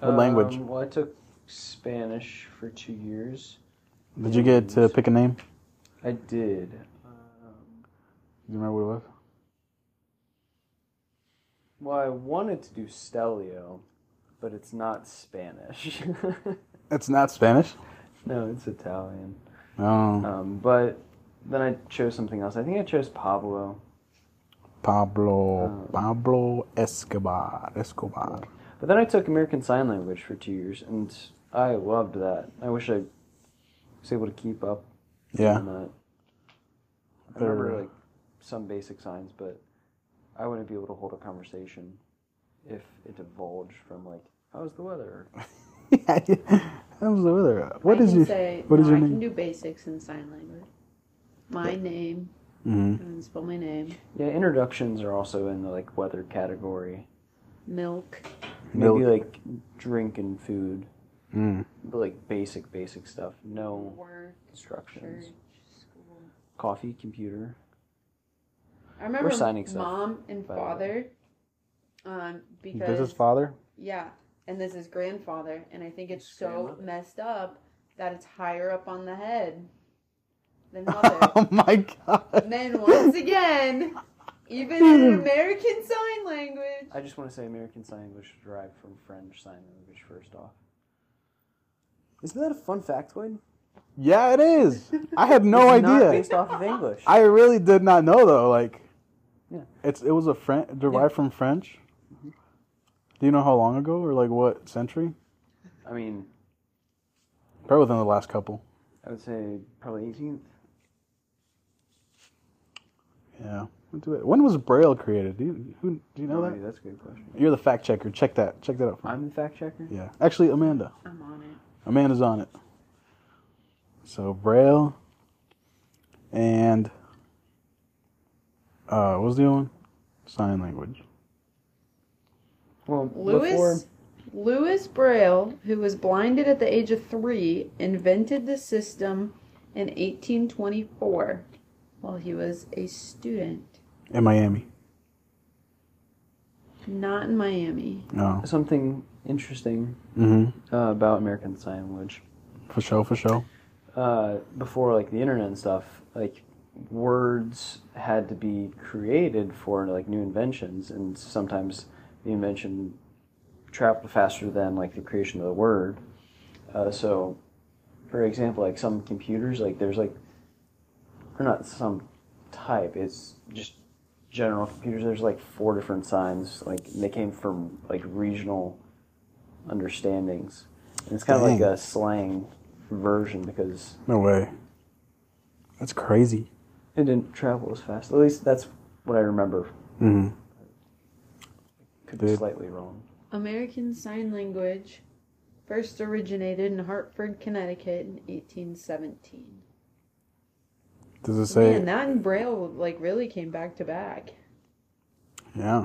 Speaker 1: What language?
Speaker 2: Um, Well, I took Spanish for two years.
Speaker 1: Did you get to pick a name? Do
Speaker 2: I did. Um,
Speaker 1: you remember what it was?
Speaker 2: well, I wanted to do Stelio, but it's not Spanish.
Speaker 1: It's not Spanish.
Speaker 2: no, it's Italian.
Speaker 1: Oh,
Speaker 2: Um, but then I chose something else. I think I chose Pablo.
Speaker 1: Pablo
Speaker 2: um,
Speaker 1: Pablo Escobar Escobar.
Speaker 2: But then I took American Sign Language for two years, and I loved that. I wish I was able to keep up
Speaker 1: Yeah,
Speaker 2: on that. I
Speaker 1: They're-
Speaker 2: remember like some basic signs, but I wouldn't be able to hold a conversation if it divulged from like, "How's the weather?"
Speaker 1: that was the weather. What
Speaker 4: I
Speaker 1: is
Speaker 4: can
Speaker 1: your
Speaker 4: say,
Speaker 1: what is
Speaker 4: no,
Speaker 1: your
Speaker 4: I
Speaker 1: name?
Speaker 4: can do basics in sign language. My name.
Speaker 1: hmm
Speaker 4: I'm gonna spell my name.
Speaker 2: Yeah, introductions are also in the like weather category.
Speaker 4: Milk.
Speaker 1: Milk.
Speaker 2: Maybe like drink and food,
Speaker 1: Mm.
Speaker 2: but like basic basic stuff. No
Speaker 4: Work.
Speaker 2: instructions.
Speaker 4: Church. School.
Speaker 2: Coffee, computer.
Speaker 4: I remember
Speaker 2: We're signing stuff,
Speaker 4: mom and
Speaker 2: by the way.
Speaker 4: father. Um, because
Speaker 1: This is father.
Speaker 4: Yeah, and this is grandfather, and I think it's
Speaker 2: It's
Speaker 4: so
Speaker 2: grandmother.
Speaker 4: messed up that it's higher up on the head than mother.
Speaker 1: oh my god.
Speaker 4: and then once again, even in American Sign Language,
Speaker 2: I just want to say American Sign Language is derived from French Sign Language. First off, isn't that a fun factoid?
Speaker 1: Yeah, it is. I had no
Speaker 2: It's Not
Speaker 1: idea.
Speaker 2: based off of English.
Speaker 1: I really did not know though. Like,
Speaker 2: Yeah.
Speaker 1: it's it was a French derived from French. Do you know how long ago or like what century?
Speaker 2: I mean,
Speaker 1: Probably within the last couple.
Speaker 2: I would say probably 18th.
Speaker 1: Yeah. When do it- When was Braille created? Do you who, do you know
Speaker 2: Oh,
Speaker 1: that?
Speaker 2: yeah, That's a good question.
Speaker 1: You're the fact checker. Check that. Check that out. For me.
Speaker 2: I'm the fact checker.
Speaker 1: Yeah. Actually, Amanda.
Speaker 4: I'm on it.
Speaker 1: Amanda's on it. So Braille and uh, what was the other one? Sign language.
Speaker 2: Well,
Speaker 4: Louis
Speaker 2: before-
Speaker 4: Louis Braille, who was blinded at the age of three, invented the system in 1824 while he was a student,
Speaker 1: In Miami.
Speaker 4: not in Miami.
Speaker 1: No.
Speaker 2: something interesting
Speaker 1: Oh. Mm-hmm.
Speaker 2: uh, about American Sign Language.
Speaker 1: For sure. For sure.
Speaker 2: Uh, before like the internet and stuff, like words had to be created for like new inventions, and sometimes the invention traveled faster than like the creation of the word. Uh, so, for example, like some computers, like there's like, or not some type. It's just general computers. There's like four different signs. Like and they came from like regional understandings. And it's kind of like
Speaker 1: Dang.
Speaker 2: a slang version because
Speaker 1: No way. That's crazy.
Speaker 2: it didn't travel as fast. At least that's what I remember.
Speaker 1: Mm-hmm.
Speaker 2: Could be
Speaker 1: Dude.
Speaker 2: slightly wrong.
Speaker 4: American Sign Language first originated in Hartford, Connecticut in 1817.
Speaker 1: Does it say?
Speaker 4: Man, that and Braille like really came back to back.
Speaker 1: Yeah.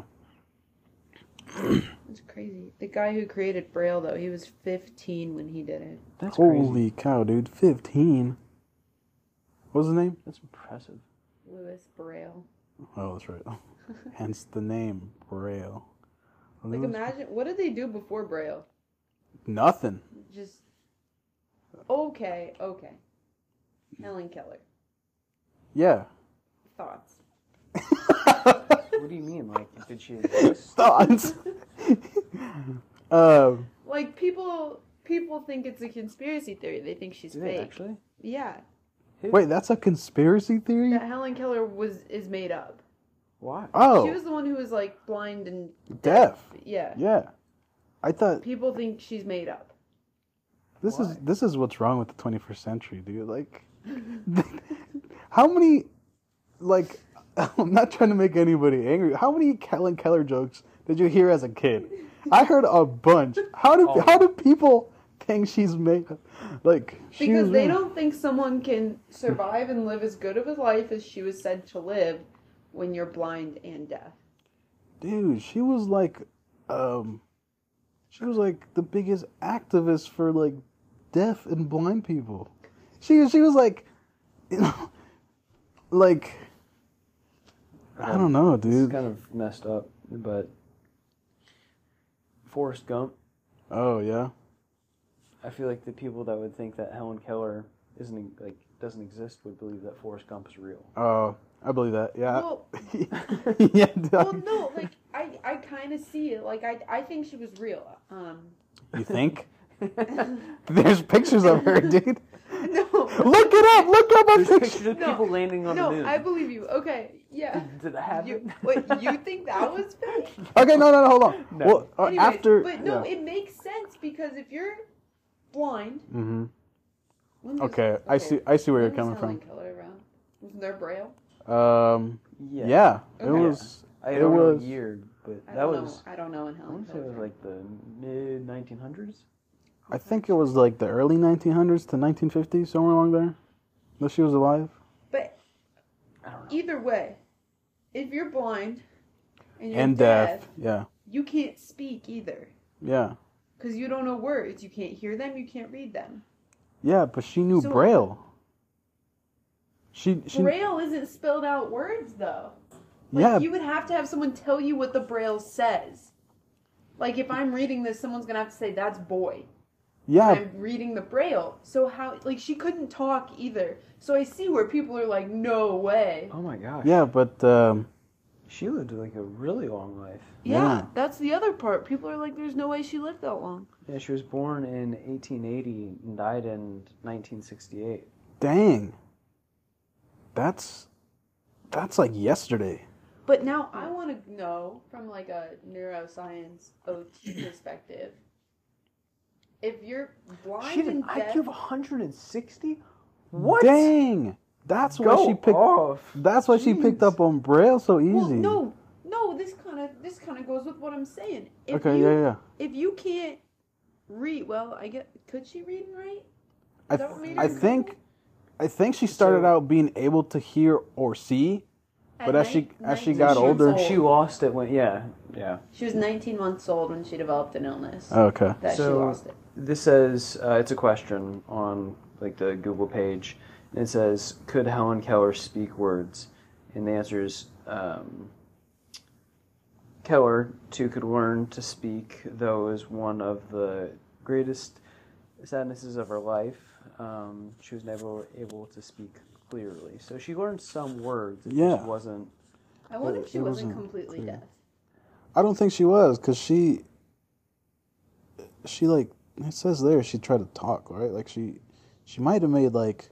Speaker 4: That's crazy. The guy who created Braille though, he was 15 when he did it.
Speaker 2: That's crazy.
Speaker 1: Holy cow, dude. Fifteen. What was his name?
Speaker 2: That's impressive.
Speaker 4: Louis Braille.
Speaker 1: Oh, that's right. Hence the name Braille. Well, it
Speaker 4: Like
Speaker 1: was
Speaker 4: imagine what did they do before Braille?
Speaker 1: nothing.
Speaker 4: Just okay, okay. Helen Keller.
Speaker 1: Yeah.
Speaker 4: Thoughts.
Speaker 2: What do you mean? Like, did she exist?
Speaker 1: Thoughts. um,
Speaker 4: Like people people think it's a conspiracy theory. They think she's
Speaker 2: Do
Speaker 4: fake.
Speaker 2: they actually?
Speaker 4: Yeah.
Speaker 1: wait, that's a conspiracy theory.
Speaker 4: That Helen Keller was is made up.
Speaker 2: Why?
Speaker 1: Oh,
Speaker 4: She was the one who was like blind and
Speaker 1: deaf.
Speaker 4: yeah.
Speaker 1: Yeah. I thought
Speaker 4: People think she's made up.
Speaker 1: this is
Speaker 2: Why?
Speaker 1: this is what's wrong with the 21st century, dude. Like, how many? Like, I'm not trying to make anybody angry. How many Helen Keller jokes did you hear as a kid? I heard a bunch. How do
Speaker 2: Oh.
Speaker 1: how do people think she's made? Like, she
Speaker 4: Because
Speaker 1: was
Speaker 4: they
Speaker 1: really-
Speaker 4: don't think someone can survive and live as good of a life as she was said to live when you're blind and deaf.
Speaker 1: Dude, she was like, um, she was like the biggest activist for like deaf and blind people. She she was like, you know, like I don't know,
Speaker 2: It's
Speaker 1: dude.
Speaker 2: kind of messed up, but Forrest Gump.
Speaker 1: Oh yeah,
Speaker 2: I feel like the people that would think that Helen Keller isn't e, like doesn't exist would believe that Forrest Gump is real.
Speaker 1: oh I believe that. Yeah,
Speaker 4: Well-
Speaker 1: yeah. dude.
Speaker 4: Well, no, like I, I kind of see it. Like I, I think she was real. Um,
Speaker 1: You think? There's pictures of her, dude.
Speaker 4: no,
Speaker 1: Look it up. Look up a
Speaker 2: There's
Speaker 1: picture.
Speaker 2: pictures of
Speaker 4: No.
Speaker 2: people landing on the
Speaker 4: no,
Speaker 2: moon.
Speaker 4: I believe you. Okay, yeah.
Speaker 2: Did that happen?
Speaker 4: You, wait, you think that was fake?
Speaker 1: Okay, no, no, no. Hold on.
Speaker 2: No.
Speaker 1: Well, uh,
Speaker 4: Anyways,
Speaker 1: after
Speaker 4: but no,
Speaker 1: yeah.
Speaker 4: it makes sense because if you're blind,
Speaker 1: Mhm.
Speaker 4: when was-
Speaker 1: Okay, I see. I see where you're
Speaker 4: when was
Speaker 1: coming
Speaker 4: Helen
Speaker 1: from.
Speaker 4: Keller around? Wasn't there Braille?
Speaker 1: Um,
Speaker 2: yeah.
Speaker 1: yeah, it
Speaker 4: Okay.
Speaker 1: was.
Speaker 2: I
Speaker 1: it
Speaker 2: don't know
Speaker 1: was-
Speaker 2: the year, but
Speaker 4: I
Speaker 2: that
Speaker 4: don't
Speaker 2: was
Speaker 4: know. I don't know in
Speaker 2: I
Speaker 4: Helen
Speaker 2: want to say it
Speaker 4: Keller.
Speaker 2: was like the mid 1900s.
Speaker 1: I think it was like the early 1900s to 1950s, somewhere along there. That she was alive.
Speaker 4: But
Speaker 2: I don't know.
Speaker 4: either way, if you're blind and you're
Speaker 1: and deaf. Yeah,
Speaker 4: you can't speak either
Speaker 1: yeah,
Speaker 4: because you don't know words. You can't hear them. You can't read them.
Speaker 1: yeah. But she knew
Speaker 4: So-
Speaker 1: Braille. She, she,
Speaker 4: Braille isn't spelled out words though. Like,
Speaker 1: yeah,
Speaker 4: You would have to have someone tell you what the Braille says. Like if I'm reading this, someone's gonna have to say that's boy.
Speaker 1: yeah.
Speaker 4: I'm reading the Braille. So how? Like she couldn't talk either. So I see where people are like, no way.
Speaker 2: Oh my gosh.
Speaker 1: Yeah, but um,
Speaker 2: She lived like a really long life.
Speaker 4: Yeah,
Speaker 1: Yeah.
Speaker 4: that's the other part. People are like, there's no way she lived that long.
Speaker 2: Yeah, she was born in 1880 and died in 1968.
Speaker 1: dang, that's that's like yesterday.
Speaker 4: But now I want to know from like a neuroscience OT perspective. If you're blind
Speaker 2: She had an
Speaker 4: and deaf,
Speaker 2: IQ of 160. What?
Speaker 1: Dang, that's why
Speaker 2: Go
Speaker 1: she picked.
Speaker 2: off.
Speaker 1: That's why she picked
Speaker 2: Jeez.
Speaker 1: up on Braille so easy.
Speaker 4: well, no, no, this kind of this kind of goes with what I'm saying. If
Speaker 1: Okay,
Speaker 4: you,
Speaker 1: yeah, yeah.
Speaker 4: If you can't read, well, I get could she read and write?
Speaker 1: I,
Speaker 4: Don't read
Speaker 1: I
Speaker 4: it.
Speaker 1: think I think she started
Speaker 2: So-
Speaker 1: out being able to hear or see.
Speaker 4: At
Speaker 1: But as she-
Speaker 4: nine-
Speaker 1: as she
Speaker 4: 19
Speaker 1: got
Speaker 4: months
Speaker 1: older-
Speaker 4: old.
Speaker 2: She lost it when yeah yeah.
Speaker 4: she was 19 months old when she developed an illness
Speaker 1: Okay.
Speaker 4: that she
Speaker 2: So-
Speaker 4: lost it.
Speaker 2: This says uh, it's a question on like the Google page, and it says, "Could Helen Keller speak words?" And the answer is, um, "Keller too could learn to speak, though is one of the greatest sadnesses of her life. Um, she was never able to speak clearly, so she learned some words. It
Speaker 1: Yeah.
Speaker 2: just wasn't.
Speaker 4: I wonder
Speaker 1: But
Speaker 4: if she
Speaker 1: it
Speaker 4: wasn't,
Speaker 1: wasn't
Speaker 4: completely
Speaker 1: clear.
Speaker 4: deaf.
Speaker 1: I don't think she was because she she like it says there she tried to talk right like she she might have made like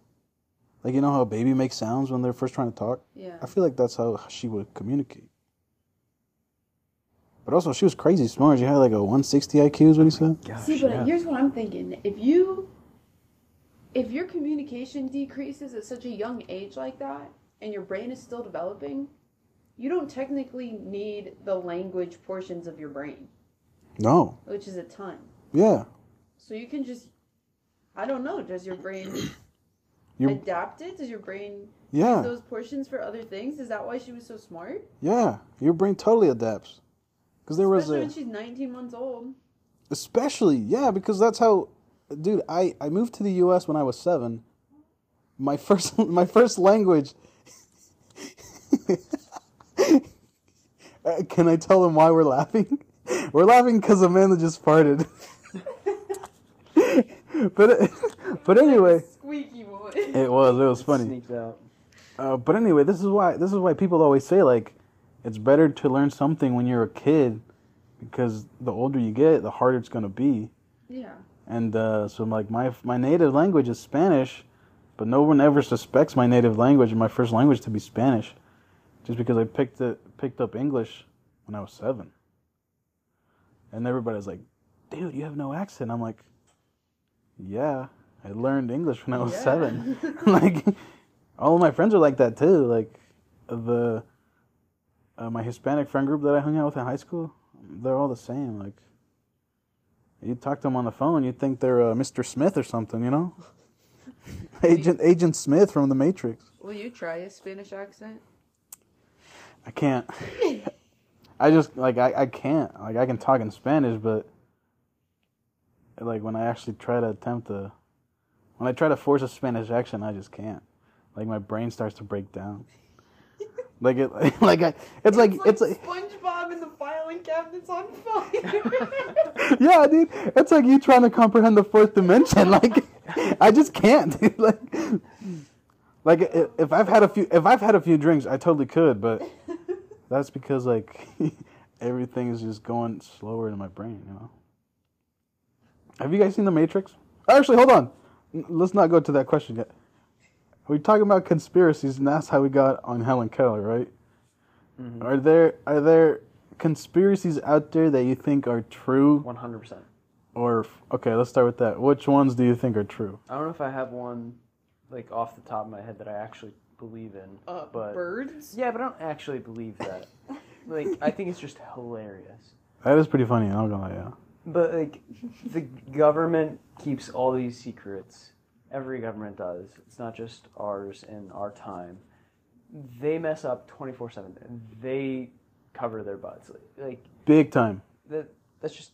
Speaker 1: like you know how a baby makes sounds when they're first trying to talk.
Speaker 4: Yeah.
Speaker 1: I feel like that's how she would communicate. But also, she was crazy smart. She had like a 160 IQ, is what he said.
Speaker 2: Gosh,
Speaker 4: See, but
Speaker 2: yeah.
Speaker 4: here's what I'm thinking: if you, if your communication decreases at such a young age like that, and your brain is still developing, you don't technically need the language portions of your brain,
Speaker 1: No.
Speaker 4: which is a ton.
Speaker 1: Yeah.
Speaker 4: So you can just, I don't know, does your brain
Speaker 1: Your-
Speaker 4: adapt it? Does your brain use
Speaker 1: Yeah.
Speaker 4: those portions for other things? Is that why she was so smart?
Speaker 1: Yeah. Your brain totally adapts. Because there was
Speaker 4: Especially
Speaker 1: a.
Speaker 4: when she's 19 months old.
Speaker 1: especially yeah because that's how dude i i moved to the us when i was seven my first my first language Uh, can i tell them why we're laughing We're laughing because Amanda just farted. but but anyway,
Speaker 4: Squeaky boy.
Speaker 1: it was it was funny.
Speaker 2: Sneaked out.
Speaker 1: Uh, but anyway, this is why this is why people always say like, it's better to learn something when you're a kid, because the older you get, the harder it's gonna be.
Speaker 4: Yeah.
Speaker 1: And uh, so like my my native language is Spanish, but no one ever suspects my native language and my first language to be Spanish, just because I picked it picked up English when I was seven. And everybody's like, "Dude, you have no accent." I'm like, "Yeah, I learned English when I was seven. like, all of my friends are like that too. Like, the uh, my Hispanic friend group that I hung out with in high school, they're all the same. Like, you talk to them on the phone, you think they're uh, Mr. Smith or something, you know? Agent Agent Smith from The Matrix.
Speaker 4: Will you try a Spanish accent?
Speaker 1: I can't. I just like I, I can't. Like I can talk in Spanish, but like when I actually try to attempt to, when I try to force a Spanish accent, I just can't. Like my brain starts to break down. like it, like I, it's like it's like
Speaker 4: SpongeBob and the filing cabinet's on fire.
Speaker 1: yeah, dude. It's like you trying to comprehend the fourth dimension. Like, I just can't, dude. Like, like i- if I've had a few, if I've had a few drinks, I totally could. But that's because like everything is just going slower in my brain. You know. Have you guys seen The Matrix? Actually, hold on. N- Let's not go to that question yet. We're talking about conspiracies, and that's how we got on Helen Keller, right? Are there are there conspiracies out there that you think are true?
Speaker 2: One hundred percent.
Speaker 1: or okay, let's start with that. Which ones do you think are true?
Speaker 2: I don't know if I have one like off the top of my head that I actually believe in,
Speaker 4: uh,
Speaker 2: but
Speaker 4: birds?
Speaker 2: yeah, but I don't actually believe that. like, I think it's just hilarious.
Speaker 1: That is pretty funny. I'm not gonna lie. Yeah.
Speaker 2: But like, the government keeps all these secrets. Every government does. It's not just ours in our time. They mess up twenty four seven. They cover their butts. Like
Speaker 1: Big time.
Speaker 2: that. That's just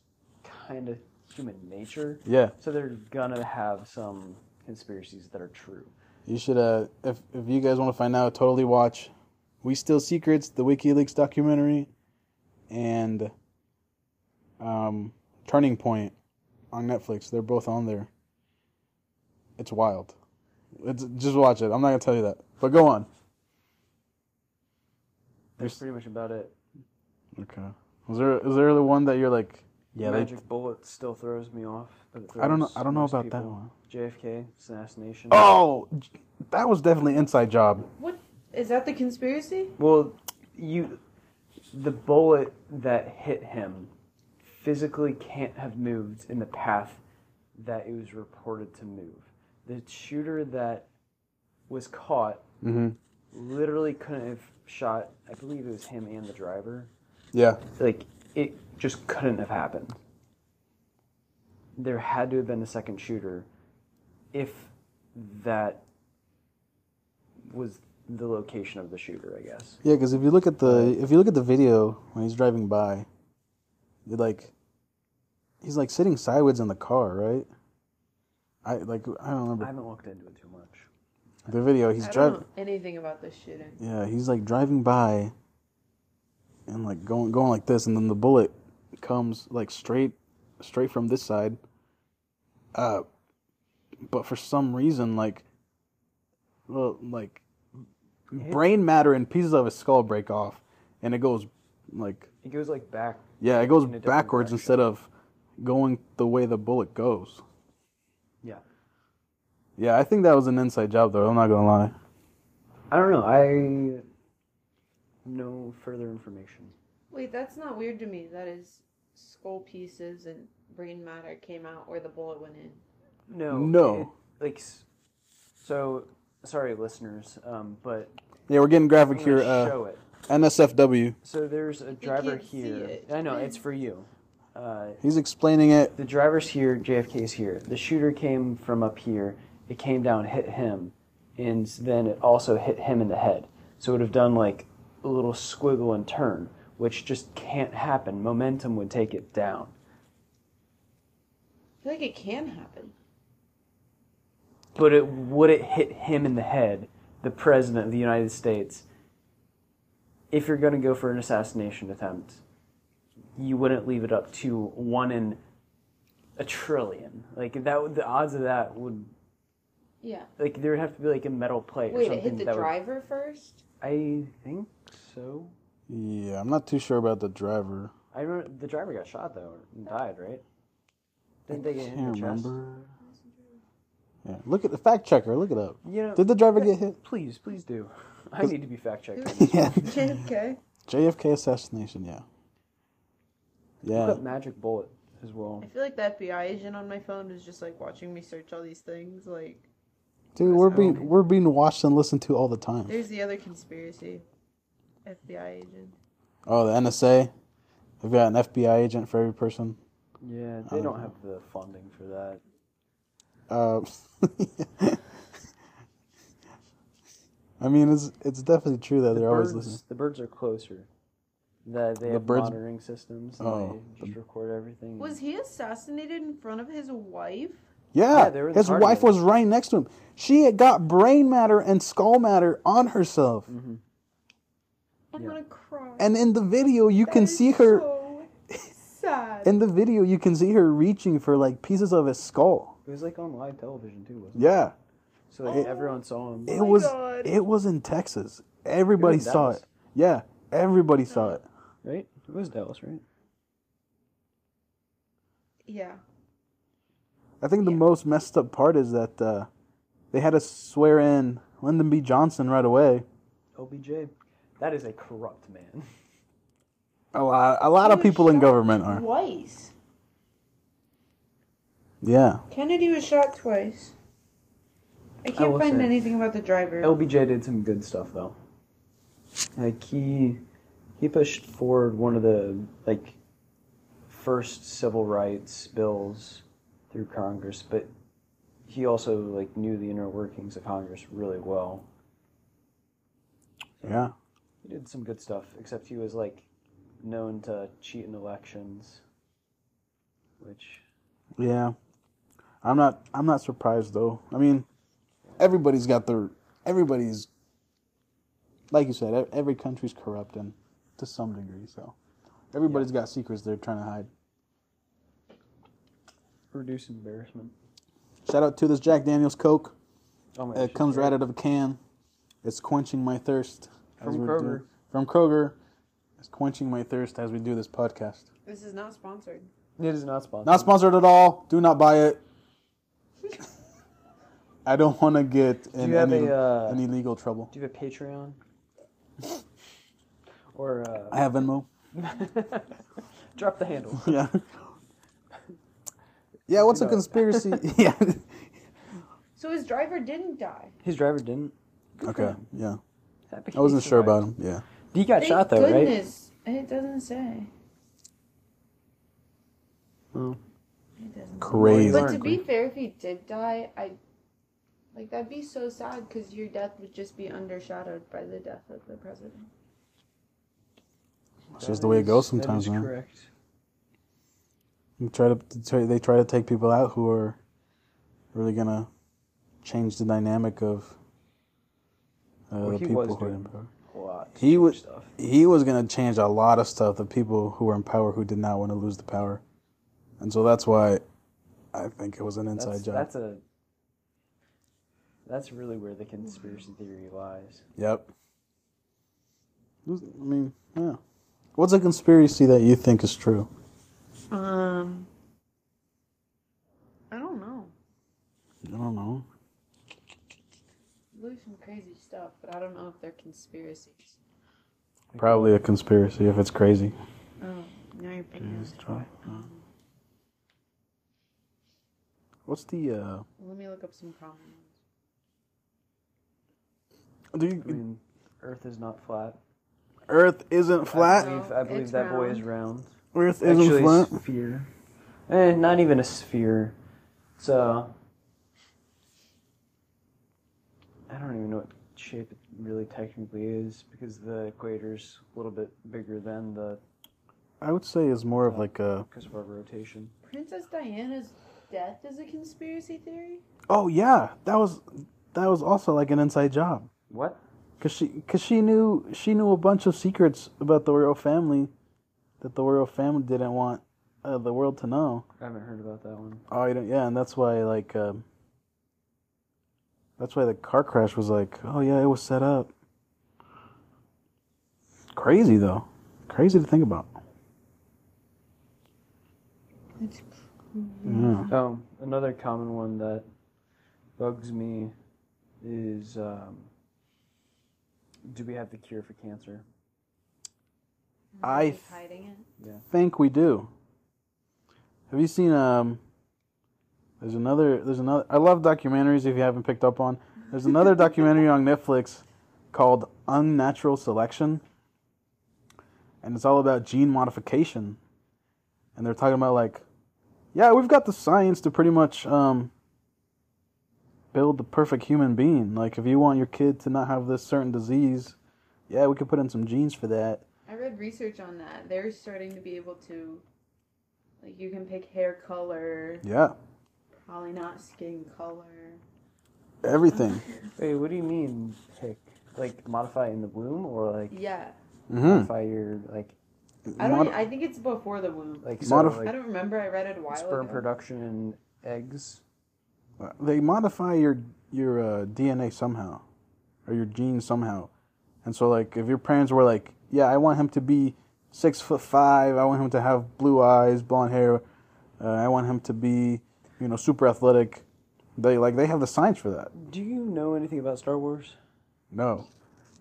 Speaker 2: kind of human nature.
Speaker 1: Yeah.
Speaker 2: So they're gonna have some conspiracies that are true.
Speaker 1: You should. Uh, if if you guys want to find out, totally watch. We steal secrets, the WikiLeaks documentary, and um, Turning Point on Netflix. They're both on there. It's wild. It's just watch it. I'm not gonna tell you that, but go on.
Speaker 2: That's pretty much about it.
Speaker 1: Okay. Is there is there the one that you're like? Yeah. they-
Speaker 2: Magic Bullet still throws me off. But it
Speaker 1: I don't know.
Speaker 2: throws
Speaker 1: I don't know
Speaker 2: most
Speaker 1: about that
Speaker 2: people.
Speaker 1: one.
Speaker 2: JFK assassination.
Speaker 1: Oh, that was definitely inside job.
Speaker 3: What is that? The conspiracy?
Speaker 2: Well, you, the bullet that hit him, physically can't have moved in the path that it was reported to move. The shooter that was caught
Speaker 1: Mm-hmm.
Speaker 2: literally couldn't have shot. I believe it was him and the driver.
Speaker 1: Yeah.
Speaker 2: like it just couldn't have happened. There had to have been a second shooter if that was the location of the shooter, I guess.
Speaker 1: Yeah, because if you look at the if you look at the video when he's driving by, you're like, he's like sitting sideways in the car, right? I like I don't
Speaker 2: I
Speaker 1: remember
Speaker 2: haven't looked into it too much.
Speaker 1: the video. He's
Speaker 4: I don't
Speaker 1: driving.
Speaker 4: know anything about this shooting.
Speaker 1: Yeah, he's like driving by, and like going going like this, and then the bullet comes like straight straight from this side. Uh, but for some reason, like, well, like brain matter and pieces of his skull break off, and it goes like
Speaker 2: It goes like back.
Speaker 1: yeah, it goes
Speaker 2: In a different
Speaker 1: backwards
Speaker 2: direction.
Speaker 1: instead of going the way the bullet goes.
Speaker 2: Yeah.
Speaker 1: Yeah, I think that was an inside job though. I'm not gonna lie.
Speaker 2: I don't know. I no further information.
Speaker 4: Wait, that's not weird to me. That is skull pieces and brain matter came out where the bullet went in.
Speaker 2: No.
Speaker 1: No.
Speaker 2: it- like s- so. Sorry, listeners. Um, but
Speaker 1: Yeah, we're getting graphic
Speaker 2: I'm
Speaker 1: here.
Speaker 2: gonna
Speaker 1: Uh,
Speaker 2: show it.
Speaker 1: NSFW.
Speaker 2: So there's a driver
Speaker 4: can't see
Speaker 2: here.
Speaker 4: it.
Speaker 2: I know it's for you. Uh,
Speaker 1: He's explaining it.
Speaker 2: the driver's here, JFK's here. The shooter came from up here. It came down, hit him, and then it also hit him in the head. So it would have done like a little squiggle and turn, which just can't happen. Momentum would take it down.
Speaker 4: I feel like it can happen.
Speaker 2: But it would it hit him in the head, the president of the United States. If you're going to go for an assassination attempt, you wouldn't leave it up to one in a trillion. Like that, would, the odds of that would
Speaker 4: Yeah.
Speaker 2: like there would have to be like a metal plate or
Speaker 4: Wait,
Speaker 2: something
Speaker 4: it hit the
Speaker 2: that would-
Speaker 4: driver first?
Speaker 2: I think so.
Speaker 1: Yeah, I'm not too sure about the driver.
Speaker 2: I remember the driver got shot though and died, right? Didn't they get hit in the
Speaker 1: Can't
Speaker 2: chest?
Speaker 1: remember. Yeah, look at the fact checker. Look it up.
Speaker 2: You know,
Speaker 1: Did the driver get hit?
Speaker 2: please, please do. I need to be fact checked.
Speaker 1: Yeah.
Speaker 4: JFK.
Speaker 1: JFK assassination. Yeah. Yeah.
Speaker 2: Put magic bullet as well.
Speaker 4: I feel like the FBI agent on my phone was just like watching me search all these things. Like,
Speaker 1: Dude, we're being we're being watched and listened to all the time.
Speaker 4: there's the other conspiracy. FBI agent.
Speaker 1: Oh, the NSA. They've got an FBI agent for every person.
Speaker 2: Yeah, they don't have the funding for that.
Speaker 1: Uh, I mean, it's it's definitely true that
Speaker 2: The
Speaker 1: they're always
Speaker 2: birds,
Speaker 1: listening.
Speaker 2: the birds are closer. That they
Speaker 1: The
Speaker 2: have
Speaker 1: birds-
Speaker 2: monitoring systems. And
Speaker 1: Oh.
Speaker 2: they just record everything.
Speaker 4: Was he assassinated in front of his wife?
Speaker 1: Yeah,
Speaker 2: Yeah, they were the
Speaker 1: his
Speaker 2: target.
Speaker 1: wife was right next to him. She had got brain matter and skull matter on herself,
Speaker 2: Mm-hmm.
Speaker 4: I'm
Speaker 2: Yeah.
Speaker 4: gonna cry.
Speaker 1: and in the video you can
Speaker 4: That is
Speaker 1: see her.
Speaker 4: So sad.
Speaker 1: In the video you can see her reaching for like pieces of his skull.
Speaker 2: It was like on live television too, wasn't
Speaker 1: Yeah,
Speaker 2: it? So like everyone saw him.
Speaker 1: it
Speaker 4: Oh my
Speaker 1: was.
Speaker 4: God.
Speaker 1: It was in Texas. Everybody
Speaker 2: It was in
Speaker 1: saw
Speaker 2: Dallas.
Speaker 1: it. Yeah, everybody saw it.
Speaker 2: Right? It was Dallas, right?
Speaker 4: yeah.
Speaker 1: I think the most messed up part is that uh, they had to swear in Lyndon B. Johnson right away.
Speaker 2: OBJ. That is a corrupt man.
Speaker 1: A lot, a lot of people in government are.
Speaker 4: Twice.
Speaker 1: Yeah,
Speaker 5: Kennedy was shot twice. I can't
Speaker 2: will
Speaker 5: find
Speaker 2: say-
Speaker 5: anything about the driver.
Speaker 1: Oh.
Speaker 2: LBJ did some good stuff though. Like he he pushed forward one of the like first civil rights bills through Congress, but he also like knew the inner workings of Congress really well.
Speaker 1: yeah.
Speaker 2: He did some good stuff, except he was like known to cheat in elections, which
Speaker 1: Yeah, I'm not. I'm not surprised though. I mean, everybody's got their. Everybody's. Like you said, e- every country's corrupt and to some degree. So, everybody's got secrets they're trying to hide.
Speaker 2: reduced embarrassment.
Speaker 1: Shout out to this Jack Daniel's Coke.
Speaker 2: Oh my
Speaker 1: It comes right out of a can. It's quenching my thirst. as
Speaker 2: From
Speaker 1: we're doing-
Speaker 2: Kroger.
Speaker 1: from Kroger. It's quenching my thirst as we do this podcast.
Speaker 4: This is not sponsored.
Speaker 2: It is not sponsored.
Speaker 1: Not sponsored at all. Do not buy it. I don't want to get in
Speaker 2: you have
Speaker 1: any,
Speaker 2: a, uh,
Speaker 1: any legal trouble.
Speaker 2: Do you have a Patreon? or uh,
Speaker 1: I have Venmo.
Speaker 2: drop the handle.
Speaker 1: Yeah. Yeah, what's a
Speaker 2: Fifty
Speaker 1: conspiracy? yeah.
Speaker 5: So his driver didn't die.
Speaker 2: His driver didn't.
Speaker 1: Okay. Yeah. I wasn't sure about him. Yeah.
Speaker 2: He got shot though, right?
Speaker 5: Goodness. It doesn't say.
Speaker 2: Oh.
Speaker 5: It doesn't.
Speaker 1: Crazy.
Speaker 4: But to
Speaker 2: Aren't
Speaker 4: be fair, if he did die, I like that'd be so sad because your death would just be undershadowed by the death of the president.
Speaker 1: It's just the way it goes sometimes,
Speaker 2: that is
Speaker 1: man.
Speaker 2: correct.
Speaker 1: You try to try- they try to take people out who are really gonna change the dynamic of uh,
Speaker 2: Well,
Speaker 1: the
Speaker 2: he
Speaker 1: people
Speaker 2: was
Speaker 1: who are in
Speaker 2: doing-
Speaker 1: power.
Speaker 2: A lot.
Speaker 1: He
Speaker 2: of
Speaker 1: was
Speaker 2: stuff.
Speaker 1: he was gonna change a lot of stuff. The people who were in power who did not want to lose the power, and so that's why I think it was an inside
Speaker 2: That's,
Speaker 1: job.
Speaker 2: that's a. That's really where the conspiracy theory lies.
Speaker 1: Yep. I mean, yeah. What's a conspiracy that you think is true?
Speaker 4: Um, I don't know.
Speaker 1: I don't know.
Speaker 4: There's some crazy stuff, but I don't know if they're conspiracies.
Speaker 1: Probably a conspiracy if it's crazy.
Speaker 4: Oh, now you're picking this
Speaker 1: try. What's the uh
Speaker 4: Let me look up some common ones.
Speaker 1: do
Speaker 2: I
Speaker 1: you,
Speaker 2: mean, Earth is not flat.
Speaker 1: Earth isn't
Speaker 2: I
Speaker 1: flat?
Speaker 2: believe, I believe
Speaker 4: it's
Speaker 2: that boy is round.
Speaker 1: Earth isn't
Speaker 2: Actually,
Speaker 1: flat?
Speaker 2: sphere. Eh, not even a sphere. It's a. I don't even know what shape it really technically is because the equator's a little bit bigger than the
Speaker 1: I would say it's more of like a
Speaker 2: because of our rotation.
Speaker 4: Princess Diana's death is a conspiracy theory.
Speaker 1: Oh yeah, that was that was also like an inside job.
Speaker 2: What?
Speaker 1: Cause she, cause she knew she knew a bunch of secrets about the royal family, that the royal family didn't want uh, the world to know.
Speaker 2: I haven't heard about that one.
Speaker 1: Oh, you don't, yeah, and that's why like um, that's why the car crash was like, oh yeah, it was set up. Crazy though, crazy to think about.
Speaker 3: It's
Speaker 1: Yeah.
Speaker 2: Oh, another common one that bugs me is um, do we have the cure for cancer?
Speaker 1: I
Speaker 3: Just hiding it.
Speaker 1: think we do. Have you seen um? There's another. There's another. I love documentaries. If you haven't picked up on, there's another documentary on Netflix called Unnatural Selection, and it's all about gene modification. And they're talking about like, yeah, we've got the science to pretty much um, build the perfect human being. Like, if you want your kid to not have this certain disease, yeah, we could put in some genes for that.
Speaker 4: I read research on that. They're starting to be able to, like, you can pick hair color,
Speaker 1: Yeah,
Speaker 4: probably not skin color.
Speaker 1: everything.
Speaker 2: Wait, what do you mean pick? Like modify in the womb or like
Speaker 4: Yeah,
Speaker 1: Mm-hmm.
Speaker 2: modify your like
Speaker 4: I don't. e-
Speaker 1: Mod-
Speaker 4: I think it's before the womb.
Speaker 2: like,
Speaker 1: Modif-
Speaker 2: so,
Speaker 4: I
Speaker 2: like
Speaker 4: don't remember. I read it a while
Speaker 2: sperm
Speaker 4: ago.
Speaker 2: production and eggs?
Speaker 1: they modify your your uh, DNA somehow, or your genes somehow, and so like if your parents were like, yeah, I want him to be six foot five, I want him to have blue eyes, blonde hair, uh, I want him to be, you know, super athletic. They like they have the science for that.
Speaker 2: Do you know anything about Star Wars?
Speaker 1: No,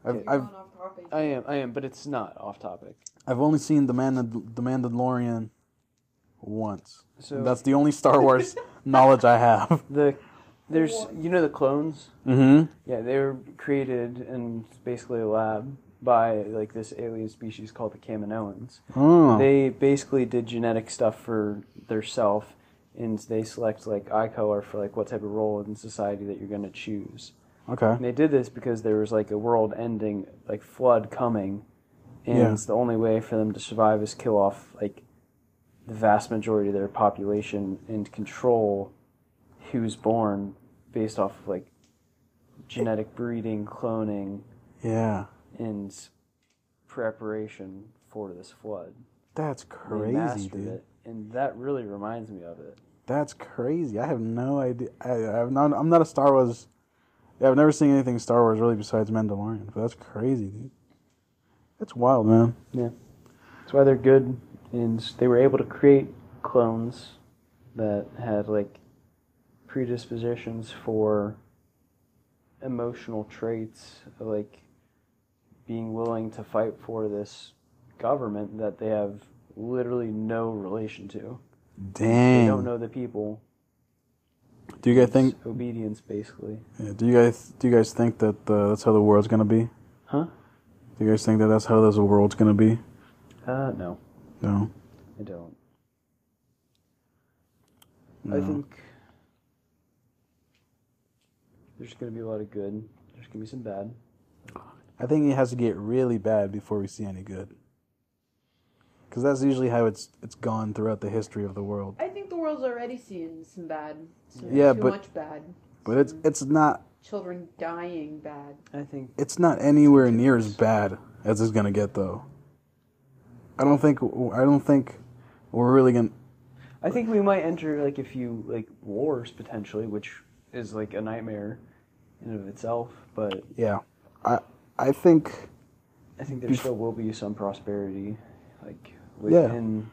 Speaker 1: I've
Speaker 2: Okay.
Speaker 1: I've,
Speaker 4: Going off topic.
Speaker 2: I am, I am, but it's not off topic.
Speaker 1: I've only seen the Mandal- the Mandalorian once.
Speaker 2: So-
Speaker 1: that's the only Star Wars knowledge I have.
Speaker 2: The there's you know the clones?
Speaker 1: Mm-hmm.
Speaker 2: Yeah, they were created in basically a lab by like this alien species called the Kaminoans.
Speaker 1: Oh.
Speaker 2: They basically did genetic stuff for their self, and they select like eye color for like what type of role in society that you're going to choose.
Speaker 1: okay.
Speaker 2: And they did this because there was like a world-ending like flood coming, and
Speaker 1: Yeah.
Speaker 2: the only way for them to survive is kill off like the vast majority of their population and control who's born based off of like genetic breeding, cloning,
Speaker 1: Yeah.
Speaker 2: and preparation for this flood.
Speaker 1: That's
Speaker 2: They
Speaker 1: crazy,
Speaker 2: mastered
Speaker 1: dude.
Speaker 2: it, and that really reminds me of it.
Speaker 1: That's crazy. I have no idea. I, I've not. I'm not a Star Wars. Yeah, I've never seen anything Star Wars really besides Mandalorian. But that's crazy, dude. That's wild, man.
Speaker 2: That's why they're good, and they were able to create clones that had like predispositions for emotional traits, like being willing to fight for this government that they have literally no relation to. They
Speaker 1: Dang.
Speaker 2: don't know the people.
Speaker 1: Do you guys Hmm. think?
Speaker 2: It's obedience, basically.
Speaker 1: yeah, Do you guys? Do you guys think that uh, that's how the world's gonna be?
Speaker 2: Huh?
Speaker 1: Do you guys think that that's how this world's gonna be?
Speaker 2: Uh, no,
Speaker 1: No.
Speaker 2: I don't. I
Speaker 1: No.
Speaker 2: think there's going to be a lot of good. There's going to be some bad.
Speaker 1: I think it has to get really bad before we see any good. Because that's usually how it's it's gone throughout the history of the world.
Speaker 4: I think the world's already seeing some bad. Some
Speaker 1: Yeah,
Speaker 4: too
Speaker 1: but-
Speaker 4: much bad.
Speaker 1: But it's it's not
Speaker 4: Children dying bad.
Speaker 2: I think
Speaker 1: it's not anywhere near as bad as it's gonna get though. I don't think I don't think we're really gonna.
Speaker 2: I think we might enter like a few like wars potentially, which is like a nightmare in and of itself. But
Speaker 1: Yeah, I I think
Speaker 2: I think there still will be some prosperity, like
Speaker 1: Yeah.
Speaker 2: within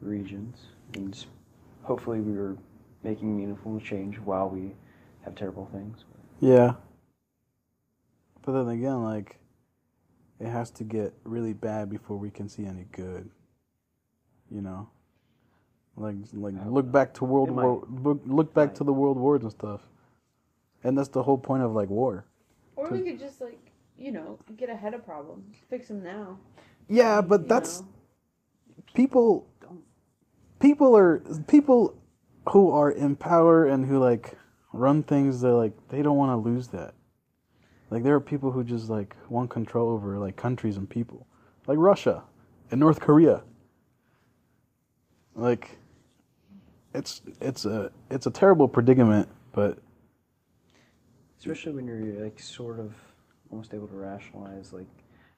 Speaker 2: regions, and s- hopefully we are making meaningful change while we have terrible things.
Speaker 1: yeah. But then again, like it has to get really bad before we can see any good. You know, like like
Speaker 2: I hope
Speaker 1: look
Speaker 2: not.
Speaker 1: back to World
Speaker 2: It
Speaker 1: War look, look back
Speaker 2: Might.
Speaker 1: to the World Wars and stuff, and that's the whole point of like war.
Speaker 4: Or
Speaker 1: Could-
Speaker 4: we could just like you know get ahead of problems, fix them now.
Speaker 1: Yeah, but
Speaker 4: you
Speaker 1: that's
Speaker 4: know?
Speaker 1: people people are people who are in power and who like run things they're like they don't want to lose that like there are people who just like want control over like countries and people like russia and north korea like it's it's a it's a terrible predicament but
Speaker 2: especially when you're like sort of almost able to rationalize like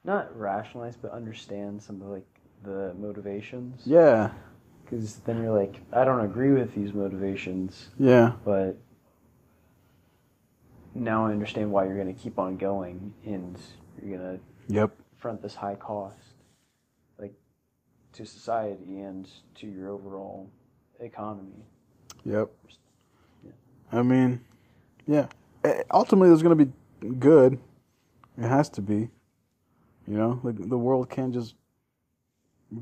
Speaker 2: not rationalize but understand some of like the motivations.
Speaker 1: Yeah,
Speaker 2: Because then you're like, I don't agree with these motivations,
Speaker 1: yeah,
Speaker 2: but now I understand why you're going to keep on going and you're going to
Speaker 1: yep,
Speaker 2: front this high cost, like to society and to your overall economy.
Speaker 1: yep. I mean, yeah. Eh, Ultimately, it's gonna be good. It has to be. You know, like the world can't just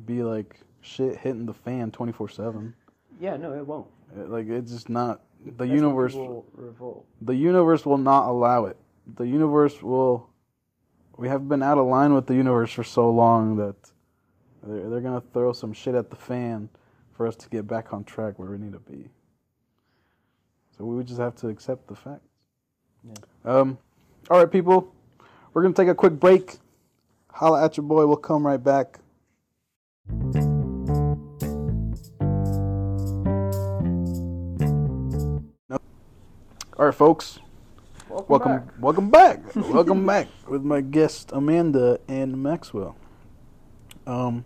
Speaker 1: be like shit hitting the fan twenty four seven.
Speaker 2: Yeah, no, it won't.
Speaker 1: Like it's just not the
Speaker 2: That's when
Speaker 1: universe.
Speaker 2: people revolt.
Speaker 1: the universe will not allow it. The universe will. We have been out of line with the universe for so long that they're, they're going to throw some shit at the fan for us to get back on track where we need to be. So we would just have to accept the fact.
Speaker 2: Yeah.
Speaker 1: Um, all right, people. We're going to take a quick break. Holla at your boy. We'll come right back. All right, folks. Welcome, welcome back. welcome back with my guest Amanda and Maxwell. Um,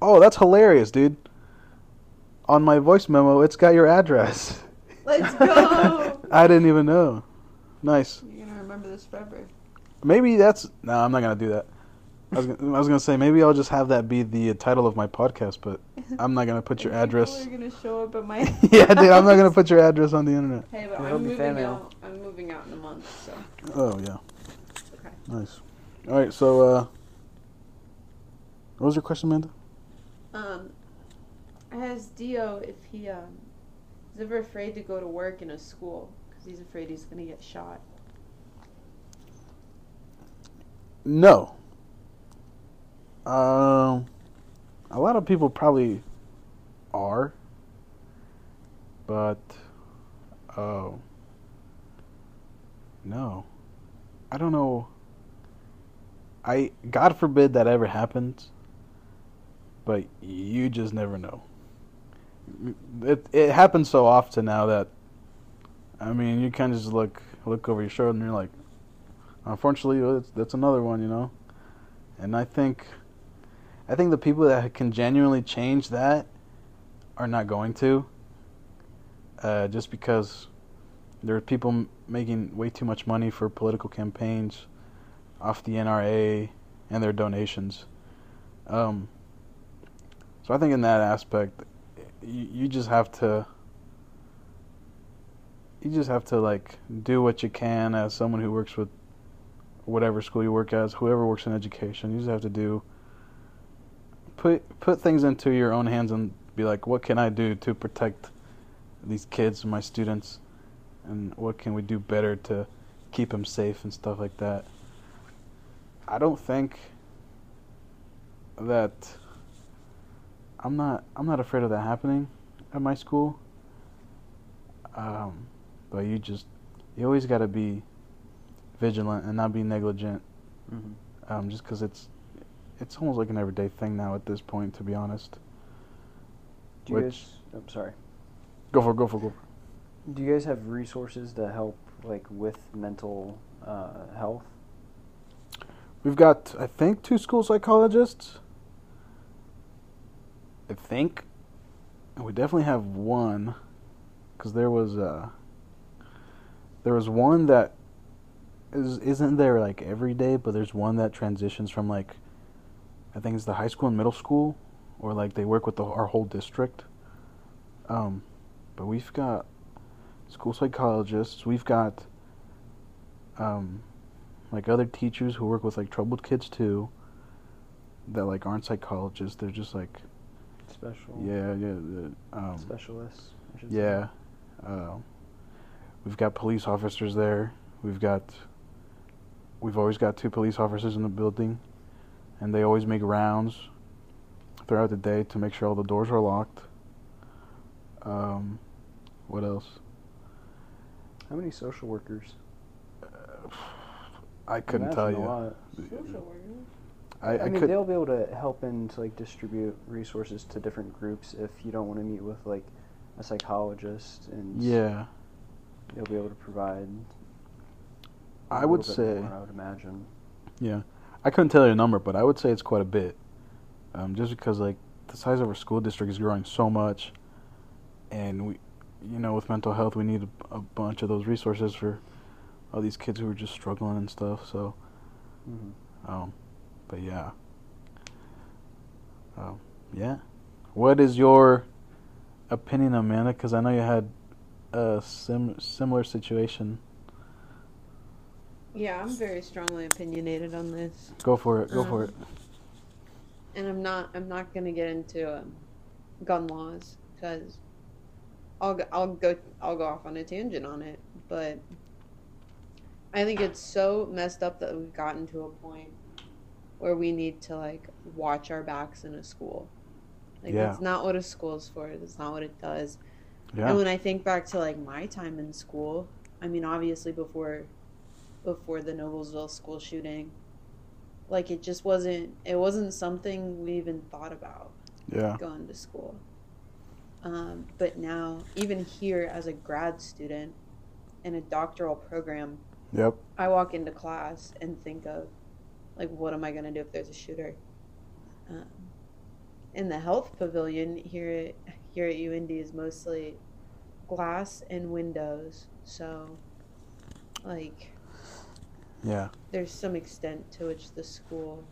Speaker 1: oh, that's hilarious, dude. On my voice memo, it's got your address.
Speaker 4: Let's go.
Speaker 1: I didn't even know. Nice.
Speaker 4: You're gonna remember this forever.
Speaker 1: Maybe that's no. I'm not gonna do that. I was gonna, I was gonna say maybe I'll just have that be the title of my podcast, but I'm not gonna put your address.
Speaker 4: People are gonna show up at my.
Speaker 1: yeah, dude, I'm not gonna put your address on the internet.
Speaker 4: Hey, but
Speaker 2: It'll
Speaker 4: I'm
Speaker 2: be
Speaker 4: moving
Speaker 2: fan mail.
Speaker 4: out. I'm moving out in a month, so
Speaker 1: Oh yeah.
Speaker 4: okay.
Speaker 1: Nice. All right. So, uh, what was your question, Amanda?
Speaker 4: Um, I asked Dio if he um is ever afraid to go to work in a school because he's afraid he's gonna get shot.
Speaker 1: No. Um, a lot of people probably are, but oh, no, I don't know. I God forbid that ever happens, but you just never know. It it happens so often now that, I mean, you kind of just look look over your shoulder and you're like, unfortunately that's, that's another one you know and i think i think the people that can genuinely change that are not going to uh, just because there are people m- making way too much money for political campaigns off the nra and their donations um, so i think in that aspect you, you just have to you just have to like do what you can as someone who works with whatever school you work at, whoever works in education, you just have to do put put things into your own hands and be like, what can I do to protect these kids, my students, and what can we do better to keep them safe and stuff like that. I don't think that I'm not I'm not afraid of that happening at my school. Um, but you just you always got to be vigilant and not be negligent
Speaker 2: Mhm.
Speaker 1: um, just because it's it's almost like an everyday thing now at this point to be honest
Speaker 2: Do you
Speaker 1: Which-
Speaker 2: guys? I'm sorry.
Speaker 1: go for it, go for it, go for it.
Speaker 2: Do you guys have resources to help, like with mental uh, health?
Speaker 1: we've got i think two school psychologists i think and we definitely have one because there was uh there was one that is isn't there like every day but there's one that transitions from like i think it's the high school and middle school or like they work with the, our whole district um but we've got school psychologists we've got um like other teachers who work with like troubled kids too that like aren't psychologists they're just like
Speaker 2: Special.
Speaker 1: yeah yeah the, um,
Speaker 2: Specialists. I should say.
Speaker 1: yeah. Um, we've got police officers there. We've got. We've always got two police officers in the building, and they always make rounds throughout the day to make sure all the doors are locked. Um, what else?
Speaker 2: How many social workers?
Speaker 1: I couldn't
Speaker 2: I'm
Speaker 1: tell
Speaker 2: asking a
Speaker 1: you.
Speaker 2: lot.
Speaker 4: Social worker.
Speaker 1: I, I,
Speaker 2: I, mean,
Speaker 1: could.
Speaker 2: they'll be able to help and to, like distribute resources to different groups if you don't want to meet with like a psychologist, and
Speaker 1: Yeah,
Speaker 2: they'll be able to provide. a
Speaker 1: I would
Speaker 2: little bit
Speaker 1: say.
Speaker 2: more, I would imagine.
Speaker 1: Yeah, I couldn't tell you a number, but I would say it's quite a bit. um, just because like the size of our school district is growing so much, and we, you know, with mental health, we need a, a bunch of those resources for all these kids who are just struggling and stuff. So,
Speaker 2: Mm-hmm.
Speaker 6: Mhm.
Speaker 1: um, but yeah, um, yeah. What is your opinion, Amanda? Because I know you had a sim- similar situation.
Speaker 4: Yeah, I'm very strongly opinionated on this,
Speaker 1: Go for it. Go for
Speaker 4: Um,
Speaker 1: it.
Speaker 4: and I'm not. I'm not gonna get into um, gun laws because I'll go, I'll go I'll go off on a tangent on it. But I think it's so messed up that we've gotten to a point where we need to like watch our backs in a school. Like
Speaker 1: Yeah.
Speaker 4: that's not what a school's for. That's not what it does.
Speaker 1: Yeah.
Speaker 4: And when I think back to like my time in school, I mean obviously before before the Noblesville school shooting, like it just wasn't it wasn't something we even thought about
Speaker 1: yeah.
Speaker 4: going to school. Um, but now, even here as a grad student in a doctoral program,
Speaker 1: Yep.
Speaker 4: I walk into class and think of, like, what am I going to do if there's a shooter? Um, and the health pavilion here at, here at UND is mostly glass and windows. So, like,
Speaker 1: Yeah.
Speaker 4: there's some extent to which the school,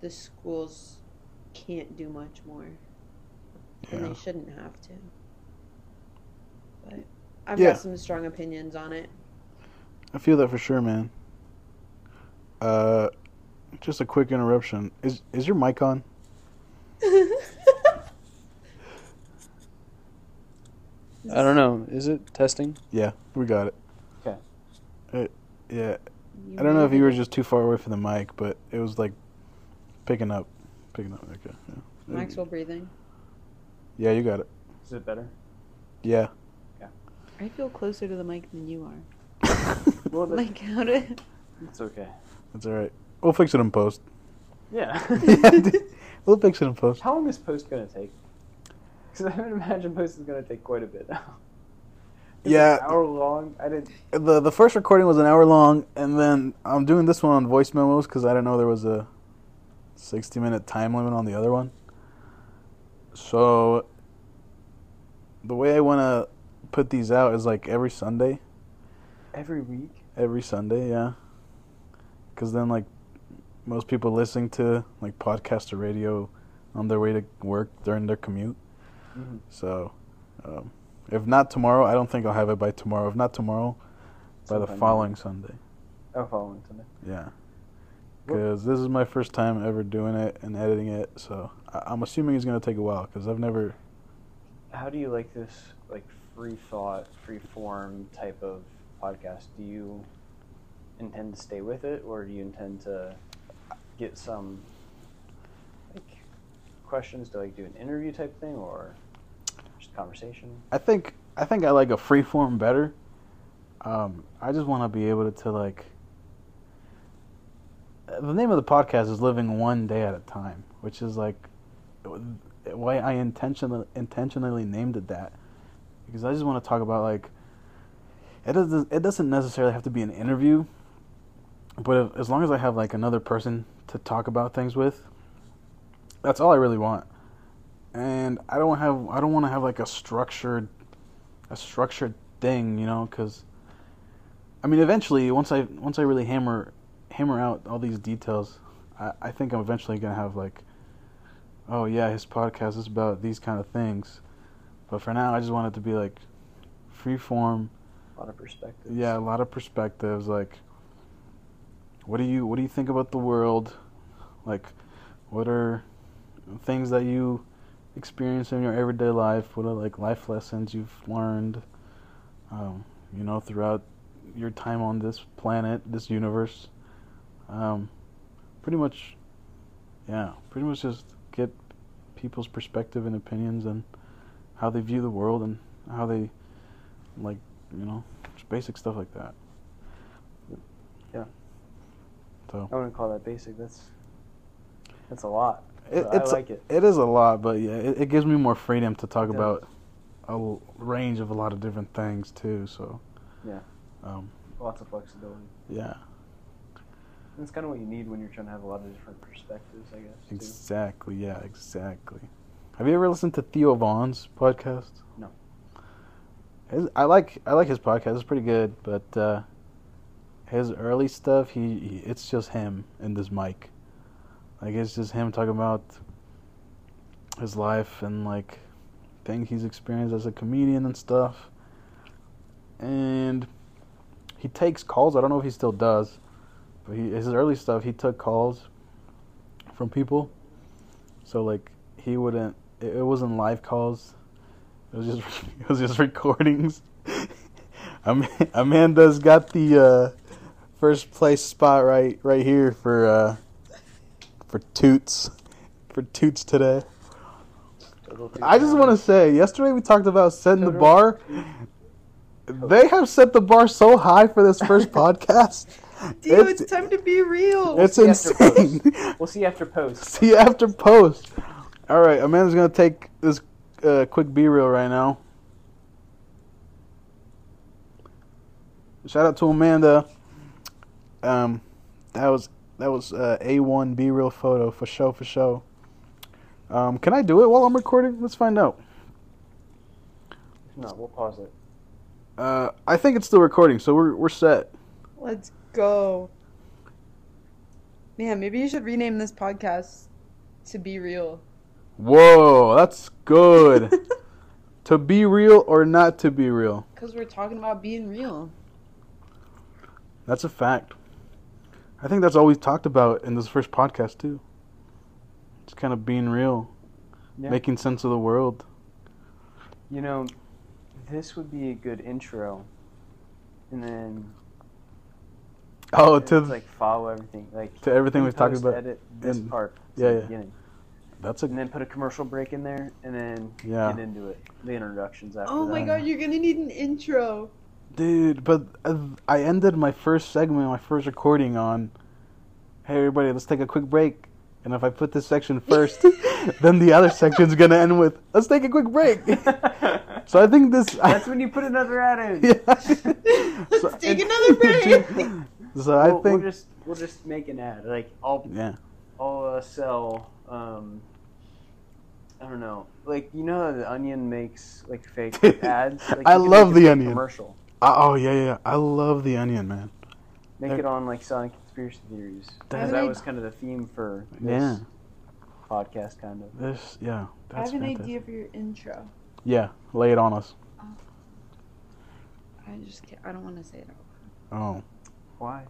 Speaker 4: the schools can't do much more. And
Speaker 1: Yeah.
Speaker 4: they shouldn't have to. But I've
Speaker 1: Yeah.
Speaker 4: got some strong opinions on it.
Speaker 1: I feel that for sure, man. Uh, just a quick interruption. Is is your mic on?
Speaker 4: I
Speaker 2: I don't know. Is it testing?
Speaker 1: Yeah, we got it.
Speaker 2: 'Kay.
Speaker 1: It, yeah, I don't know if you were just too far away from the mic, but it was like picking up, picking up. Okay. Yeah, There you go.
Speaker 4: Maxwell breathing.
Speaker 1: Yeah, you got it.
Speaker 2: Is it better?
Speaker 1: Yeah.
Speaker 4: I feel closer to the mic than you are.
Speaker 2: Well, that-
Speaker 4: Like how to
Speaker 2: it's okay.
Speaker 1: That's all right. We'll fix it in post.
Speaker 2: Yeah.
Speaker 1: we'll fix it in post.
Speaker 2: How long is post gonna take? Because I would imagine post is gonna take quite a bit. Is it
Speaker 1: Yeah.
Speaker 2: an hour long. I didn't.
Speaker 1: the The first recording was an hour long, and then I'm doing this one on voice memos because I didn't know there was a 60 minute time limit on the other one. So the way I want to put these out is like every Sunday.
Speaker 2: Every week.
Speaker 1: Every Sunday, yeah. Because then, like, most people listening to like podcast or radio on their way to work during their commute.
Speaker 2: Mhm.
Speaker 1: So, um, if not tomorrow, I don't think I'll have it by tomorrow. If not tomorrow, by the
Speaker 2: Sometime.
Speaker 1: following Sunday.
Speaker 2: Oh, following Sunday.
Speaker 1: Yeah.
Speaker 2: Well-
Speaker 1: Because this is my first time ever doing it and editing it, so I- I'm assuming it's gonna take a while. Because I've never,
Speaker 2: How do you like this, like free thought, free form type of podcast? Do you intend to stay with it, or do you intend to get some like questions to like do an interview type thing, or just conversation?
Speaker 1: I think, I think I like a free form better. Um, I just want to be able to, to like. Uh, The name of the podcast is "Living One Day at a Time," which is like why I intentionally intentionally named it that, because I just want to talk about like. It doesn't. It doesn't necessarily have to be an interview, but if, as long as I have like another person to talk about things with, that's all I really want. And I don't have. I don't want to have like a structured, a structured thing, you know, because I mean, eventually, once I once I really hammer hammer out all these details, I, I think I'm eventually gonna have like, oh yeah, his podcast is about these kind of things, but for now, I just want it to be like free form.
Speaker 2: A lot of perspective.
Speaker 1: Yeah, a lot of perspectives. Like, what do you what do you think about the world? Like, what are things that you experience in your everyday life? What are like life lessons you've learned? Um, you know, throughout your time on this planet, this universe. Um, pretty much, yeah. Pretty much just get people's perspective and opinions and how they view the world and how they like you know just basic stuff like that.
Speaker 2: Yeah.
Speaker 1: So
Speaker 2: I wouldn't call that basic. That's that's a lot.
Speaker 1: it,
Speaker 2: but
Speaker 1: it's
Speaker 2: I like it.
Speaker 1: it is a lot, but yeah, it, it gives me more freedom to talk
Speaker 2: It
Speaker 1: about a l- range of a lot of different things too. So
Speaker 2: Yeah.
Speaker 1: um,
Speaker 2: Lots of flexibility.
Speaker 1: yeah.
Speaker 2: That's kind of what you need when you're trying to have a lot of different perspectives, I guess. too.
Speaker 1: Exactly. Yeah. Exactly. Have you ever listened to Theo Vaughn's podcast?
Speaker 2: No.
Speaker 1: His, I like I like his podcast. It's pretty good, but uh, his early stuff, he, he it's just him and this mic. Like it's just him talking about his life and like things he's experienced as a comedian and stuff. And he takes calls. I don't know if he still does, but he, his early stuff, he took calls from people. So like he wouldn't. It, it wasn't live calls. It was just it was just recordings. Am- Amanda's got the uh, first place spot right right here for uh, for toots for toots today. I just want to say, yesterday we talked about setting the bar. They have set the bar so high for this first podcast.
Speaker 4: Dude, it's, time to be real.
Speaker 1: it's
Speaker 2: We'll see after
Speaker 1: insane.
Speaker 2: We'll see after post.
Speaker 1: See you after post. All right, Amanda's gonna take this uh, quick B reel right now. Shout out to Amanda. Um, that was that was uh, a one B reel photo for show for show. Um, can I do it while I'm recording? Let's find out.
Speaker 2: No, we'll pause it.
Speaker 1: Uh, I think it's still recording, so we're we're set.
Speaker 4: Let's go. Man, maybe you should rename this podcast to Be Real.
Speaker 1: Whoa, that's good. to be real or not to be real.
Speaker 4: Because we're talking about being real.
Speaker 1: That's a fact. I think that's all we've talked about in this first podcast too. Just kind of being real,
Speaker 2: Yeah.
Speaker 1: making sense of the world.
Speaker 2: You know, this would be a good intro. And then
Speaker 1: Oh,
Speaker 2: it's
Speaker 1: to
Speaker 2: like follow everything, like
Speaker 1: to everything we've talked
Speaker 2: post
Speaker 1: about
Speaker 2: Edit this
Speaker 1: in-
Speaker 2: part, to
Speaker 1: yeah,
Speaker 2: the
Speaker 1: yeah.
Speaker 2: beginning.
Speaker 1: that's a
Speaker 2: and then put a commercial break in there, and then
Speaker 1: Yeah.
Speaker 2: get into it. The introductions after.
Speaker 4: Oh
Speaker 2: that.
Speaker 4: my god, you're gonna need an intro.
Speaker 1: dude. But uh, I ended my first segment, my first recording on. Hey everybody, let's take a quick break. And if I put this section first, then the other section's gonna end with let's take a quick break. so I think this.
Speaker 2: That's when you put another ad in.
Speaker 1: Yeah.
Speaker 4: Let's
Speaker 1: So
Speaker 4: take
Speaker 1: it-
Speaker 4: another break.
Speaker 1: so I
Speaker 2: We'll,
Speaker 1: think.
Speaker 2: we'll just we'll just make an ad. Like I'll
Speaker 1: yeah.
Speaker 2: I'll uh, sell. Um, I don't know. Like you know, how the Onion makes like fake ads. Like,
Speaker 1: I
Speaker 2: you could
Speaker 1: love
Speaker 2: make a
Speaker 1: The
Speaker 2: fake
Speaker 1: Onion.
Speaker 2: commercial.
Speaker 1: Uh, oh yeah, yeah. yeah. I love the onion, man.
Speaker 2: Make
Speaker 1: They're-
Speaker 2: it on like selling conspiracy theories.
Speaker 1: Haven't
Speaker 2: Because that
Speaker 4: I-
Speaker 2: was kind of the theme for this
Speaker 1: Yeah.
Speaker 2: podcast, kind of.
Speaker 1: This, yeah,
Speaker 4: I
Speaker 1: that's
Speaker 4: have an
Speaker 1: fantastic.
Speaker 4: idea for your intro.
Speaker 1: Yeah, lay it on us.
Speaker 4: I just can't, I don't want to say it all
Speaker 1: Oh,
Speaker 2: Why?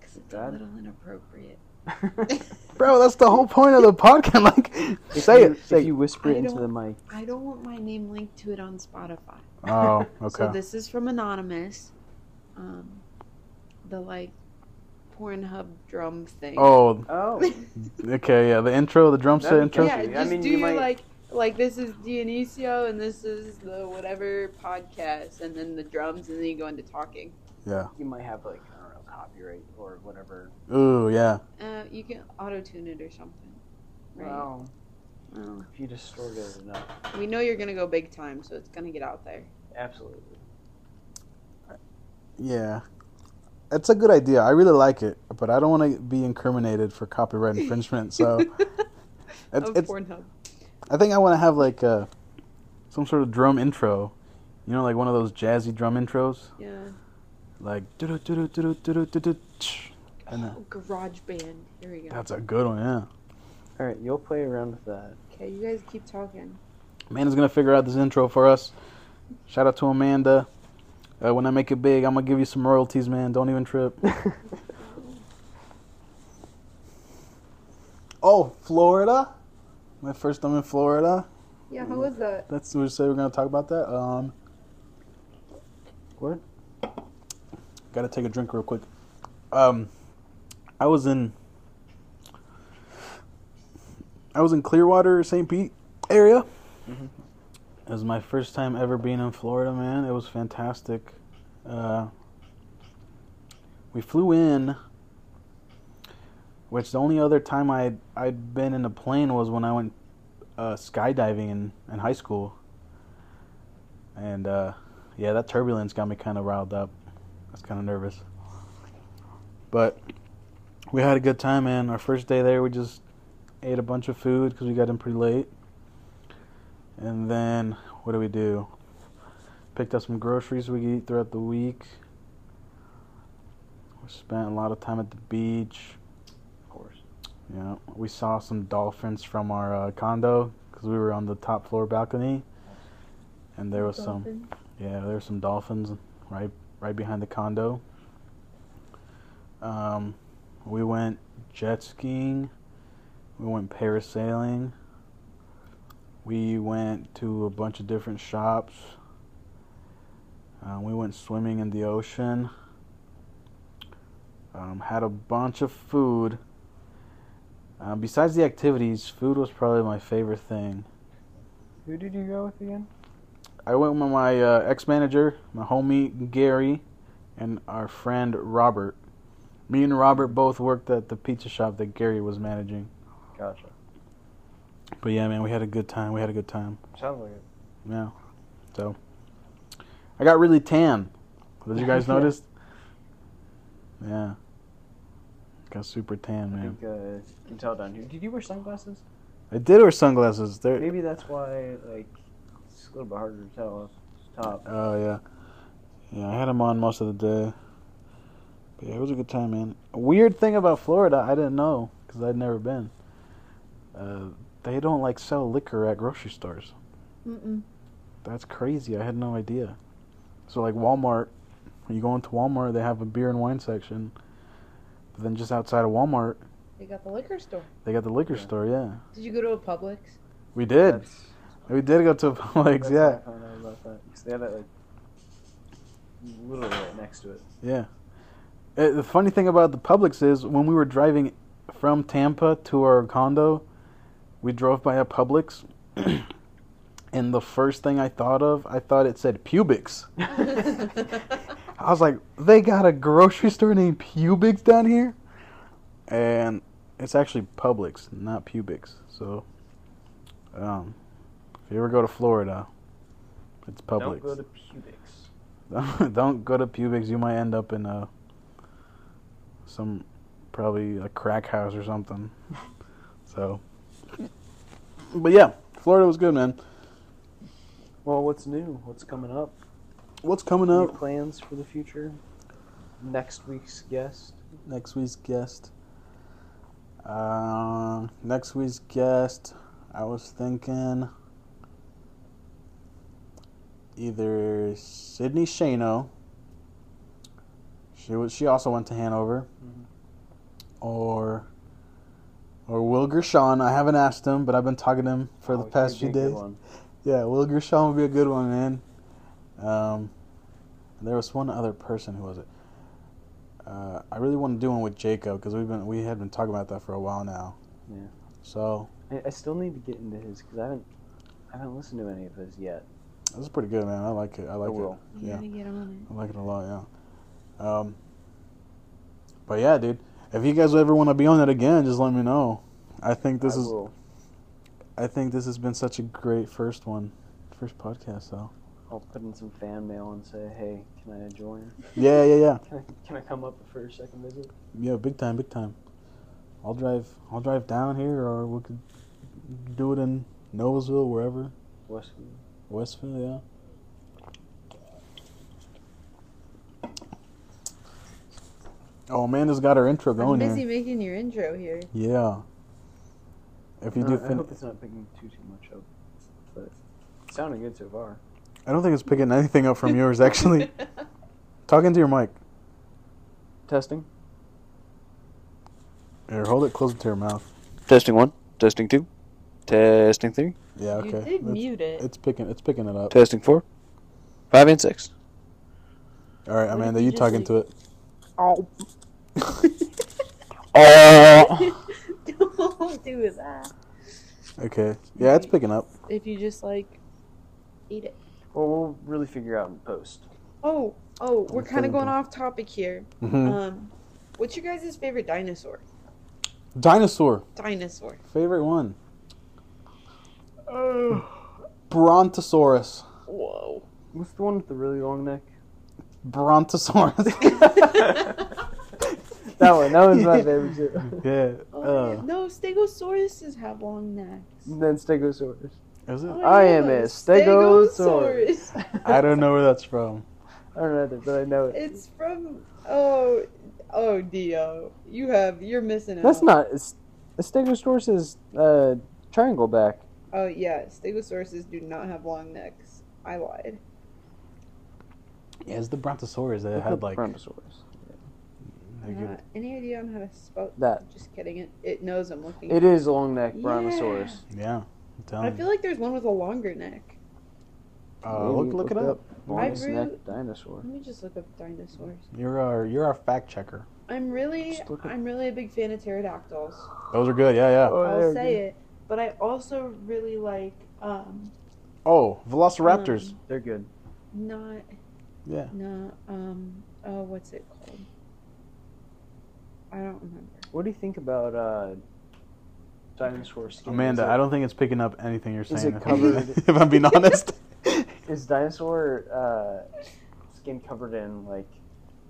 Speaker 4: because it's a
Speaker 2: Bad?
Speaker 4: little inappropriate.
Speaker 1: bro, that's the whole point of the podcast. Like,
Speaker 2: If
Speaker 1: say
Speaker 2: you-
Speaker 1: it. Say
Speaker 2: if you whisper it
Speaker 4: I
Speaker 2: into
Speaker 4: don't-
Speaker 2: the mic.
Speaker 4: I don't want my name linked to it on Spotify.
Speaker 1: it. Oh, okay.
Speaker 4: So this is from anonymous, um, the like Pornhub drum thing.
Speaker 1: oh,
Speaker 2: Oh,
Speaker 1: okay. Yeah, the intro, the drum set
Speaker 2: That'd be
Speaker 1: intro.
Speaker 2: catchy.
Speaker 4: yeah,
Speaker 2: I
Speaker 4: just
Speaker 2: mean,
Speaker 4: do
Speaker 2: you
Speaker 4: your,
Speaker 2: might-
Speaker 4: like like this is Dionisio and this is the whatever podcast and then the drums and then you go into talking.
Speaker 2: you might have like I don't know copyright or whatever.
Speaker 1: Ooh, yeah.
Speaker 4: Uh, you can auto tune it or something. Right.
Speaker 2: Well,
Speaker 4: Well,
Speaker 2: if you distort it enough,
Speaker 4: we know you're gonna go big time, so it's gonna get out there.
Speaker 2: absolutely.
Speaker 1: Yeah. It's a good idea. I really like it, but I don't want to be incriminated for copyright infringement. So it's,
Speaker 4: of
Speaker 1: it's
Speaker 4: Pornhub.
Speaker 1: I think I want to have like a, some sort of drum intro. You know, like one of those jazzy drum intros,
Speaker 4: Yeah.
Speaker 1: like do do do do do do do do, and then,
Speaker 4: Oh, garage band. Here we go.
Speaker 1: that's a good one. Yeah.
Speaker 2: All right, you'll play around with that.
Speaker 4: Okay, you guys keep talking.
Speaker 1: Amanda's gonna figure out this intro for us. Shout out to Amanda. Uh, when I make it big, I'm gonna give you some royalties, man. Don't even trip. oh, Florida! My first time in Florida.
Speaker 4: Yeah, how was that?
Speaker 1: That's we said we're gonna talk about that. Um,
Speaker 2: What?
Speaker 1: gotta take a drink real quick. Um, I was in. I was in Clearwater, St. Pete area. It was my first time ever being in Florida, man. It was fantastic. Uh, we flew in, which the only other time I'd, I'd been in a plane was when I went uh, skydiving in, in high school. And uh, yeah, that turbulence got me kind of riled up. I was kind of nervous. But we had a good time, man. Our first day there, we just ate a bunch of food because we got in pretty late. And then, what do we do? Picked up some groceries we could eat throughout the week. We spent a lot of time at the beach.
Speaker 2: Of course.
Speaker 1: Yeah, we saw some dolphins from our uh, condo because we were on the top floor balcony, and there was some. Yeah, there were some dolphins right right behind the condo. Um, we went jet skiing. We went parasailing. We went to a bunch of different shops. Uh, we went swimming in the ocean. Um, had a bunch of food. Uh, besides the activities, food was probably my favorite thing.
Speaker 2: Who did you go with again?
Speaker 1: I went with my uh, ex manager, my homie Gary, and our friend Robert. Me and Robert both worked at the pizza shop that Gary was managing.
Speaker 2: Gotcha.
Speaker 1: But yeah, man, we had a good time. We had a good time.
Speaker 2: Sounds like it.
Speaker 1: Yeah. So I got really tan. Did you guys
Speaker 2: Yeah.
Speaker 1: notice? Yeah. Got super tan,
Speaker 2: I
Speaker 1: man.
Speaker 2: think uh, you can tell down here. Did you wear sunglasses?
Speaker 1: I did wear sunglasses. They're,
Speaker 2: Maybe that's why like it's a little bit harder to tell off the top.
Speaker 1: Oh yeah, yeah. I had him on most of the day. But yeah, it was a good time, man. A weird thing about Florida, I didn't know because I'd never been. Uh, they don't like sell liquor at grocery stores.
Speaker 4: Mm-mm.
Speaker 1: That's crazy. I had no idea. So like Walmart, when you go into Walmart, they have a beer and wine section. But then just outside of Walmart,
Speaker 4: They got the liquor store.
Speaker 1: they got the liquor
Speaker 2: Yeah.
Speaker 1: store. Yeah,
Speaker 4: Did you go to a Publix?
Speaker 1: we did.
Speaker 2: That's-
Speaker 1: we did go to a Publix.
Speaker 2: that's
Speaker 1: Yeah.
Speaker 2: how I found out about that. 'Cause they had that like literally right next to it.
Speaker 1: Yeah. Uh, the funny thing about the Publix is when we were driving from Tampa to our condo, we drove by a Publix, and the first thing I thought of, I thought it said Pubix. I was like, they got a grocery store named Pubix down here? And it's actually Publix, not Pubix. So, um, if you ever go to Florida, it's Publix.
Speaker 2: Don't go to Pubix.
Speaker 1: Don't go to Pubix. You might end up in a some probably a crack house or something. So, but yeah, Florida was good, man.
Speaker 2: Well, what's new? What's coming up?
Speaker 1: What's coming
Speaker 2: Any
Speaker 1: up
Speaker 2: plans for the future? Next week's guest.
Speaker 1: next week's guest? Uh, next week's guest, I was thinking either Sydney Shano. She was. She also went to Hanover.
Speaker 2: Mhm.
Speaker 1: Or. Or Will Gershon. I haven't asked him, but I've been talking to him for the
Speaker 2: Oh,
Speaker 1: past few
Speaker 2: he'd be a good
Speaker 1: days.
Speaker 2: one.
Speaker 1: Yeah, Will Gershon would be a good one, man. Um, and there was one other person. Who was it? Uh, I really want to do one with Jacob because we've been we had been talking about that for a while now.
Speaker 2: Yeah.
Speaker 1: So
Speaker 2: I, I still need to get into his because I haven't, I haven't listened to any of his yet.
Speaker 1: this is pretty good, man. I like it. I like it.
Speaker 2: will.
Speaker 4: You
Speaker 1: Yeah.
Speaker 4: gotta get on
Speaker 1: I like it a lot, yeah. Um, but yeah, dude, if you guys ever want to be on it again, just let me know. I think this
Speaker 2: I
Speaker 1: is
Speaker 2: will.
Speaker 1: I think this has been such a great first one, first podcast though.
Speaker 2: I'll put in some fan mail and say, hey, can I join?
Speaker 1: Yeah, yeah, yeah,
Speaker 2: Can I, can I come up for a second visit?
Speaker 1: yeah. Big time, big time. I'll drive. I'll drive down here, or we could do it in Noblesville, wherever
Speaker 2: Westwood.
Speaker 1: Westville, yeah. Oh, Amanda's got her intro
Speaker 4: it. I'm
Speaker 1: going here.
Speaker 4: busy making your intro here.
Speaker 1: Yeah. If you
Speaker 2: No,
Speaker 1: do
Speaker 2: Uh, I
Speaker 1: fin-
Speaker 2: hope it's not picking too too much up, but it's sounding good so far.
Speaker 1: I don't think it's picking anything up from yours actually. Talk into your mic.
Speaker 2: Testing.
Speaker 1: Here, hold it closer to your mouth.
Speaker 2: Testing one. Testing two. Testing three.
Speaker 1: Yeah, okay.
Speaker 4: You did
Speaker 1: It's-
Speaker 4: mute it.
Speaker 1: It's picking it's picking it up.
Speaker 2: Testing four. Five and six.
Speaker 1: All right,
Speaker 4: What
Speaker 1: Amanda,
Speaker 4: if you
Speaker 1: you
Speaker 4: just,
Speaker 1: talking
Speaker 4: like-
Speaker 1: to it.
Speaker 4: Oh.
Speaker 2: Oh.
Speaker 4: Don't do that.
Speaker 1: Okay. Yeah, it's picking up.
Speaker 4: If you just like eat it.
Speaker 2: Well, we'll really figure out in post.
Speaker 3: Oh,
Speaker 4: Oh, we're
Speaker 1: I'm
Speaker 4: kind of
Speaker 1: feeling
Speaker 4: going
Speaker 1: good.
Speaker 4: off topic here.
Speaker 1: Mhm.
Speaker 4: Um, what's your guys' favorite dinosaur?
Speaker 1: Dinosaur,
Speaker 4: Dinosaur.
Speaker 1: favorite one.
Speaker 4: Oh.
Speaker 1: Brontosaurus.
Speaker 4: Whoa.
Speaker 2: What's the one with the really long neck?
Speaker 1: Brontosaurus.
Speaker 2: that that one. That one's my favorite too.
Speaker 1: Yeah.
Speaker 4: Oh,
Speaker 1: Uh,
Speaker 4: man. no, stegosauruses have long necks.
Speaker 2: And then Stegosaurus.
Speaker 1: is it?
Speaker 4: Oh,
Speaker 2: I am a
Speaker 4: yeah,
Speaker 2: stegosaurus.
Speaker 4: stegosaurus.
Speaker 1: I don't know where that's from.
Speaker 2: I don't know that, but I know it.
Speaker 4: It's from oh, oh Dio. You have you're missing out.
Speaker 2: That's not. It's, a Stegosaurus is uh, triangle back.
Speaker 4: Oh yeah, stegosauruses do not have long necks. I lied.
Speaker 1: Yeah, it's the Brontosaurus that
Speaker 2: Look
Speaker 1: had
Speaker 2: up
Speaker 1: like.
Speaker 2: Brontosaurus.
Speaker 1: like
Speaker 4: Not any idea on how to spell
Speaker 2: That.
Speaker 4: Just kidding. It it knows I'm looking.
Speaker 2: It is long neck Brontosaurus.
Speaker 1: a- yeah. I'm telling
Speaker 4: I feel like there's one with a longer neck.
Speaker 1: you. Uh, look,
Speaker 2: Maybe
Speaker 1: look it up.
Speaker 2: Longest
Speaker 4: I've
Speaker 2: neck
Speaker 4: really-
Speaker 2: dinosaur.
Speaker 4: Let me just look up dinosaurs.
Speaker 1: You're our you're our fact checker.
Speaker 4: I'm really
Speaker 2: Just look up- Oh,
Speaker 4: I'm really a big fan of pterodactyls.
Speaker 1: Those are good. Yeah, yeah.
Speaker 4: I'll say it. But I also really like um
Speaker 1: Oh, Velociraptors.
Speaker 4: um,
Speaker 2: They're good.
Speaker 4: not
Speaker 1: yeah.
Speaker 4: not um oh what's it called? I don't remember.
Speaker 2: What do you think about uh, dinosaur skin?
Speaker 1: Amanda,
Speaker 2: Is it-
Speaker 1: I don't think it's picking up anything you're saying.
Speaker 2: it
Speaker 1: if I'm-
Speaker 2: covered-
Speaker 1: if I'm being honest.
Speaker 2: Is dinosaur uh, skin covered in like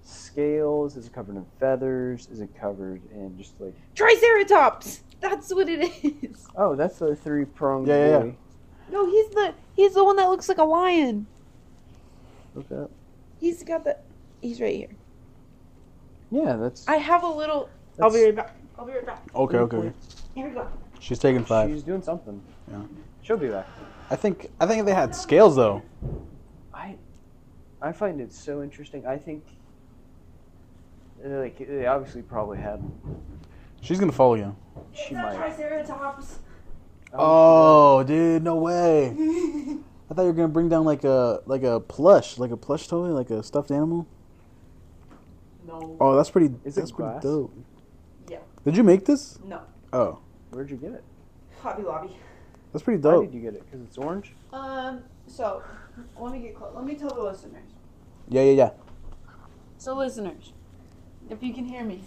Speaker 2: scales? Is it covered in feathers? Is it covered in just like
Speaker 4: Triceratops. That's what it is.
Speaker 2: oh, that's the three pronged
Speaker 1: Yeah, yeah,
Speaker 2: boy.
Speaker 4: No, he's the he's the one that looks like a lion.
Speaker 2: Look it up.
Speaker 4: He's got the he's right here.
Speaker 2: Yeah, that's.
Speaker 4: I have a little I'll
Speaker 2: that's
Speaker 4: be right back. I'll be right back.
Speaker 1: okay, okay.
Speaker 4: Here we go.
Speaker 1: She's taking five.
Speaker 2: She's doing something.
Speaker 1: Yeah.
Speaker 2: She'll be back.
Speaker 1: I think I think they had scales though.
Speaker 2: I I find it so interesting. I think uh, like they obviously probably had.
Speaker 1: She's gonna follow you.
Speaker 2: She
Speaker 7: It's a
Speaker 2: might.
Speaker 7: Triceratops.
Speaker 1: Oh, dude, no way. I thought you were gonna bring down like a like a plush, like a plush toy, like a stuffed animal.
Speaker 7: No.
Speaker 1: Oh, that's pretty.
Speaker 2: Is it
Speaker 1: that's pretty
Speaker 2: glass?
Speaker 1: dope.
Speaker 7: Yeah.
Speaker 1: Did you make this?
Speaker 7: No.
Speaker 1: Oh,
Speaker 2: Where'd you get it?
Speaker 7: Hobby Lobby.
Speaker 1: that's pretty
Speaker 2: Why
Speaker 1: dope.
Speaker 2: did you get it? Because it's orange.
Speaker 7: Um. So, let me get close. Let me tell the listeners.
Speaker 1: Yeah, yeah, yeah.
Speaker 7: So, listeners, if you can hear me,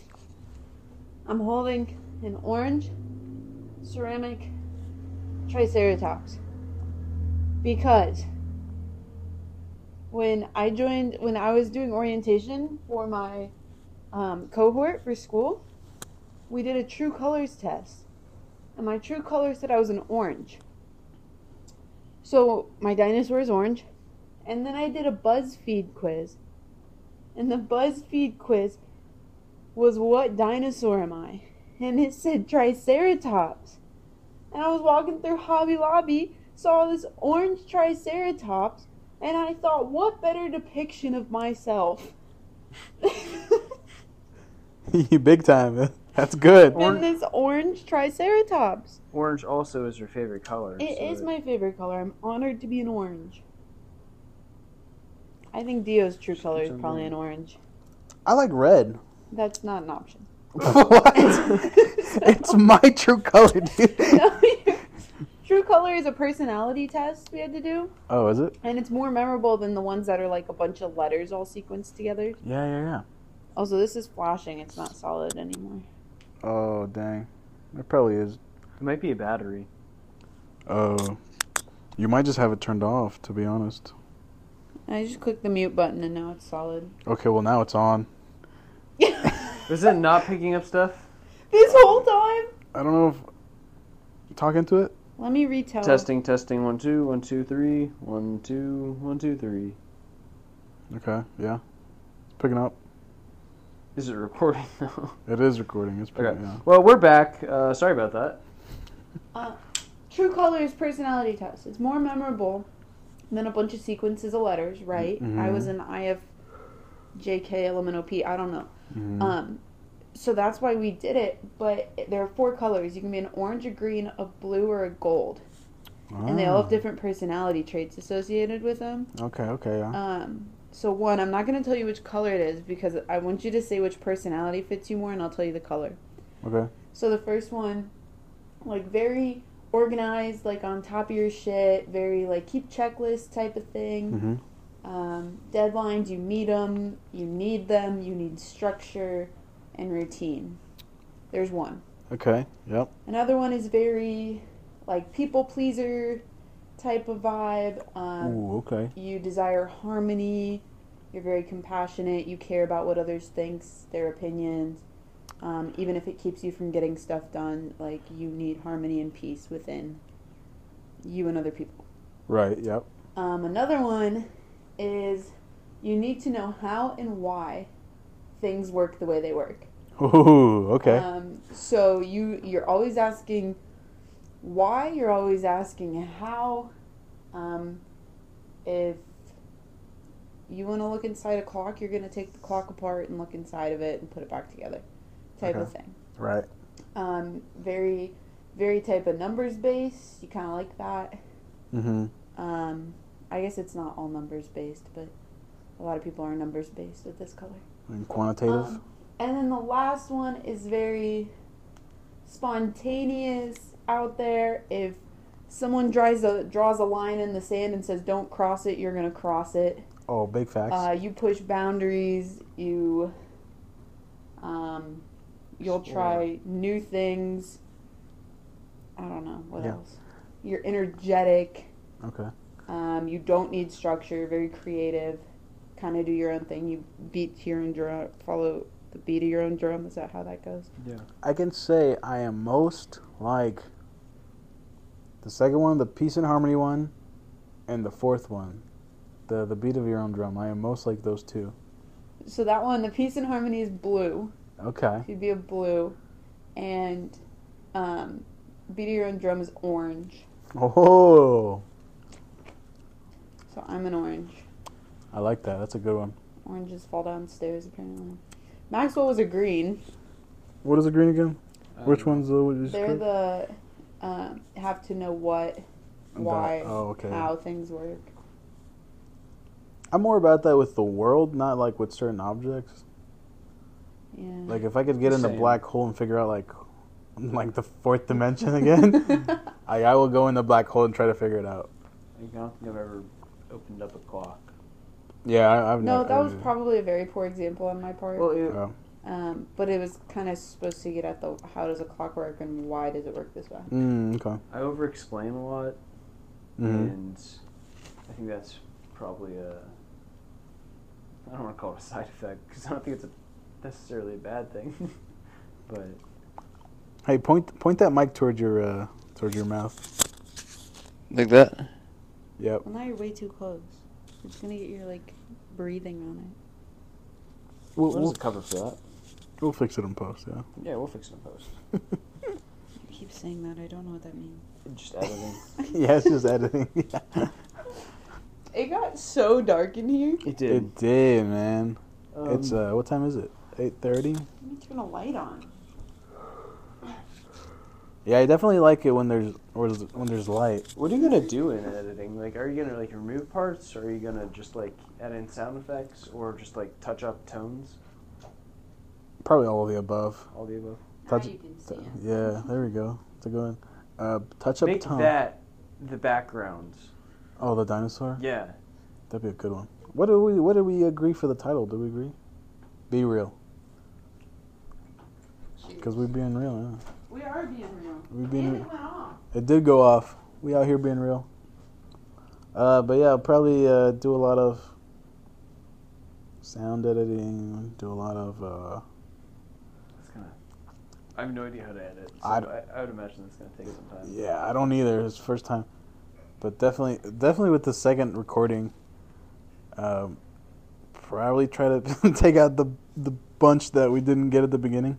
Speaker 7: I'm holding an orange ceramic Triceratops because
Speaker 4: when I joined, when I was doing orientation for my um, cohort for school, we did a true colors test. And my true color said I was an orange. So my dinosaur is orange. And then I did a BuzzFeed quiz. And the BuzzFeed quiz was what dinosaur am I? And it said Triceratops. And I was walking through Hobby Lobby, saw this orange Triceratops and I thought, what better depiction of myself
Speaker 1: you big time. That's good.
Speaker 4: than this orange Triceratops?
Speaker 2: Orange also is your favorite color.
Speaker 4: It is
Speaker 2: so
Speaker 4: my favorite color. I'm honored to be an orange. I think Dio's true color is probably an orange.
Speaker 1: I like red.
Speaker 4: That's not an option.
Speaker 1: what? it's my true color, dude.
Speaker 4: No, true color is a personality test we had to do,
Speaker 1: Oh, is it?
Speaker 4: and it's more memorable than the ones that are like a bunch of letters all sequenced together.
Speaker 1: Yeah, yeah,
Speaker 4: Also, this is flashing. It's not solid anymore.
Speaker 1: yeah. Oh, dang. It probably is.
Speaker 2: It might be a battery.
Speaker 1: Oh, you might just have it turned off. To be honest.
Speaker 4: I just clicked the mute button, and now it's solid.
Speaker 1: Okay, well now it's on.
Speaker 2: Is it not picking up stuff?
Speaker 4: This whole time?
Speaker 1: I don't know if talk into it.
Speaker 4: Let me retell.
Speaker 2: Testing, testing. One, two, one, two, three. One, two, one, two, three.
Speaker 1: Okay, yeah. It's picking up.
Speaker 2: Is it recording now?
Speaker 1: It is recording. It's picking
Speaker 2: Okay.
Speaker 1: up.
Speaker 2: Well, we're back. Uh, sorry about that.
Speaker 4: True Colors personality test. It's more memorable than a bunch of sequences of letters, right? I was an IFJKLMNOP. I don't know.
Speaker 1: Mm-hmm.
Speaker 2: Uh,
Speaker 4: Um, so that's why we did it. But there are four colors. You can be an orange, a green, a blue, or a gold,
Speaker 1: Yeah.
Speaker 4: and they all have different personality traits associated with them.
Speaker 1: Ah. Okay, okay, yeah.
Speaker 4: Um, so one, I'm not going to tell you which color it is because I want you to say which personality fits you more, and I'll tell you the color.
Speaker 1: Okay.
Speaker 4: So the first one, like very organized, like on top of your shit, very like keep checklist type of thing.
Speaker 1: hmm
Speaker 4: Um, deadlines, you meet them, you need them, you need structure and routine. There's one.
Speaker 1: Okay. Yep.
Speaker 4: Another one is very like people pleaser type of vibe. Um,
Speaker 1: Ooh, okay.
Speaker 4: you desire harmony you're very compassionate you care about what others thinks their opinions Um, even if it keeps you from getting stuff done, like you need harmony and peace within you and other people.
Speaker 1: Right. Yep.
Speaker 4: Um, another one is you need to know how and why things work the way they work.
Speaker 1: Ooh. Okay.
Speaker 4: Um, so you you're always asking why. You're always asking how. Um, if you want to look inside a clock, you're going to take the clock apart and look inside of it and put it back together, type of thing.
Speaker 1: right.
Speaker 4: Um, very, very type of numbers based. You kind of like that.
Speaker 1: Mm-hmm.
Speaker 4: Um, I guess it's not all numbers based, but a lot of people are numbers based with this color.
Speaker 1: And quantitative.
Speaker 4: Um, and then the last one is very spontaneous out there. If someone draws a draws a line in the sand and says don't cross it, you're gonna cross it.
Speaker 1: oh, big facts.
Speaker 4: Uh, you push boundaries. You um, you'll try new things. I don't know what
Speaker 1: Yeah.
Speaker 4: else. You're energetic.
Speaker 1: okay.
Speaker 4: Um, you don't need structure. Very creative. Kind of do your own thing. You beat to your own drum. Follow the beat of your own drum. Is that how that goes?
Speaker 1: I can say I am most like the second one, the peace and harmony one, and the fourth one, the the beat of your own drum. I am most like those two.
Speaker 4: So that one, the peace and harmony is blue.
Speaker 1: Okay.
Speaker 4: You'd be a blue, and um, beat of your own drum is orange.
Speaker 1: Oh,
Speaker 4: So I'm an orange.
Speaker 1: I like that. That's a good one.
Speaker 4: Oranges fall downstairs, apparently. Maxwell was a green.
Speaker 1: What is the green again? Uh, Which
Speaker 2: Um,
Speaker 1: one's the? What you
Speaker 4: They're
Speaker 1: said?
Speaker 4: the um, have to know what, why,
Speaker 1: oh, okay.
Speaker 4: how things work.
Speaker 1: I'm more about that with the world, not like with certain objects.
Speaker 4: Yeah.
Speaker 1: Like if I could get in the
Speaker 2: Same.
Speaker 1: black hole and figure out like like the fourth dimension again, I, I will go in the black hole and try to figure it out.
Speaker 2: I don't think I've ever opened up a clock.
Speaker 1: Yeah, I, I've
Speaker 4: no,
Speaker 1: never-
Speaker 4: that was probably a very poor example on my part.
Speaker 2: Well, it,
Speaker 1: Oh.
Speaker 4: um, but it was kind of supposed to get at the how does a clock work and why does it work this way.
Speaker 1: Mm, okay.
Speaker 2: I over-explain a lot,
Speaker 1: hmm
Speaker 2: and I think that's probably a. I don't want to call it a side effect because I don't think it's a necessarily a bad thing, but
Speaker 1: Hey, point point that mic toward your uh, toward your mouth.
Speaker 2: like that.
Speaker 1: Yep.
Speaker 4: Well, now you're way too close. It's gonna get your like breathing on it.
Speaker 1: We'll,
Speaker 2: What is
Speaker 1: we'll,
Speaker 2: the cover for that?
Speaker 1: we'll fix it in post. Yeah.
Speaker 2: Yeah, we'll fix it in post.
Speaker 4: You keep saying that. I don't know what that means.
Speaker 2: Just editing.
Speaker 1: yeah, it's just editing.
Speaker 4: It got so dark in here.
Speaker 2: it did.
Speaker 1: It did, man.
Speaker 2: Um,
Speaker 1: it's uh, what time is it? Eight thirty.
Speaker 4: Let me turn a light on.
Speaker 1: Yeah, I definitely like it when there's or when there's light.
Speaker 2: What are you gonna do in editing? Like, are you gonna like remove parts, or are you gonna just like add in sound effects, or just like touch up tones?
Speaker 1: Probably all of the above.
Speaker 2: All the above.
Speaker 1: Touch-
Speaker 4: now you can see it.
Speaker 1: Yeah, there we go. It's a good one. Uh, touch up
Speaker 2: Make
Speaker 1: tone.
Speaker 2: that the background.
Speaker 1: Oh, the dinosaur.
Speaker 2: Yeah.
Speaker 1: That'd be a good one. What did we What did we agree for the title? Did we agree? Be real. Because we're being real. Yeah.
Speaker 4: We are being real.
Speaker 1: We being.
Speaker 4: it went off.
Speaker 1: It did go off. We out here being real. Uh, but yeah, I'll probably uh, do a lot of sound editing. Do a lot of. Uh,
Speaker 2: It's gonna. I have no idea how to edit. So
Speaker 1: I'd-
Speaker 2: I, I would imagine it's gonna take some time.
Speaker 1: yeah, I don't either. It's the first time, but definitely, definitely with the second recording, um, probably try to take out the the bunch that we didn't get at the beginning,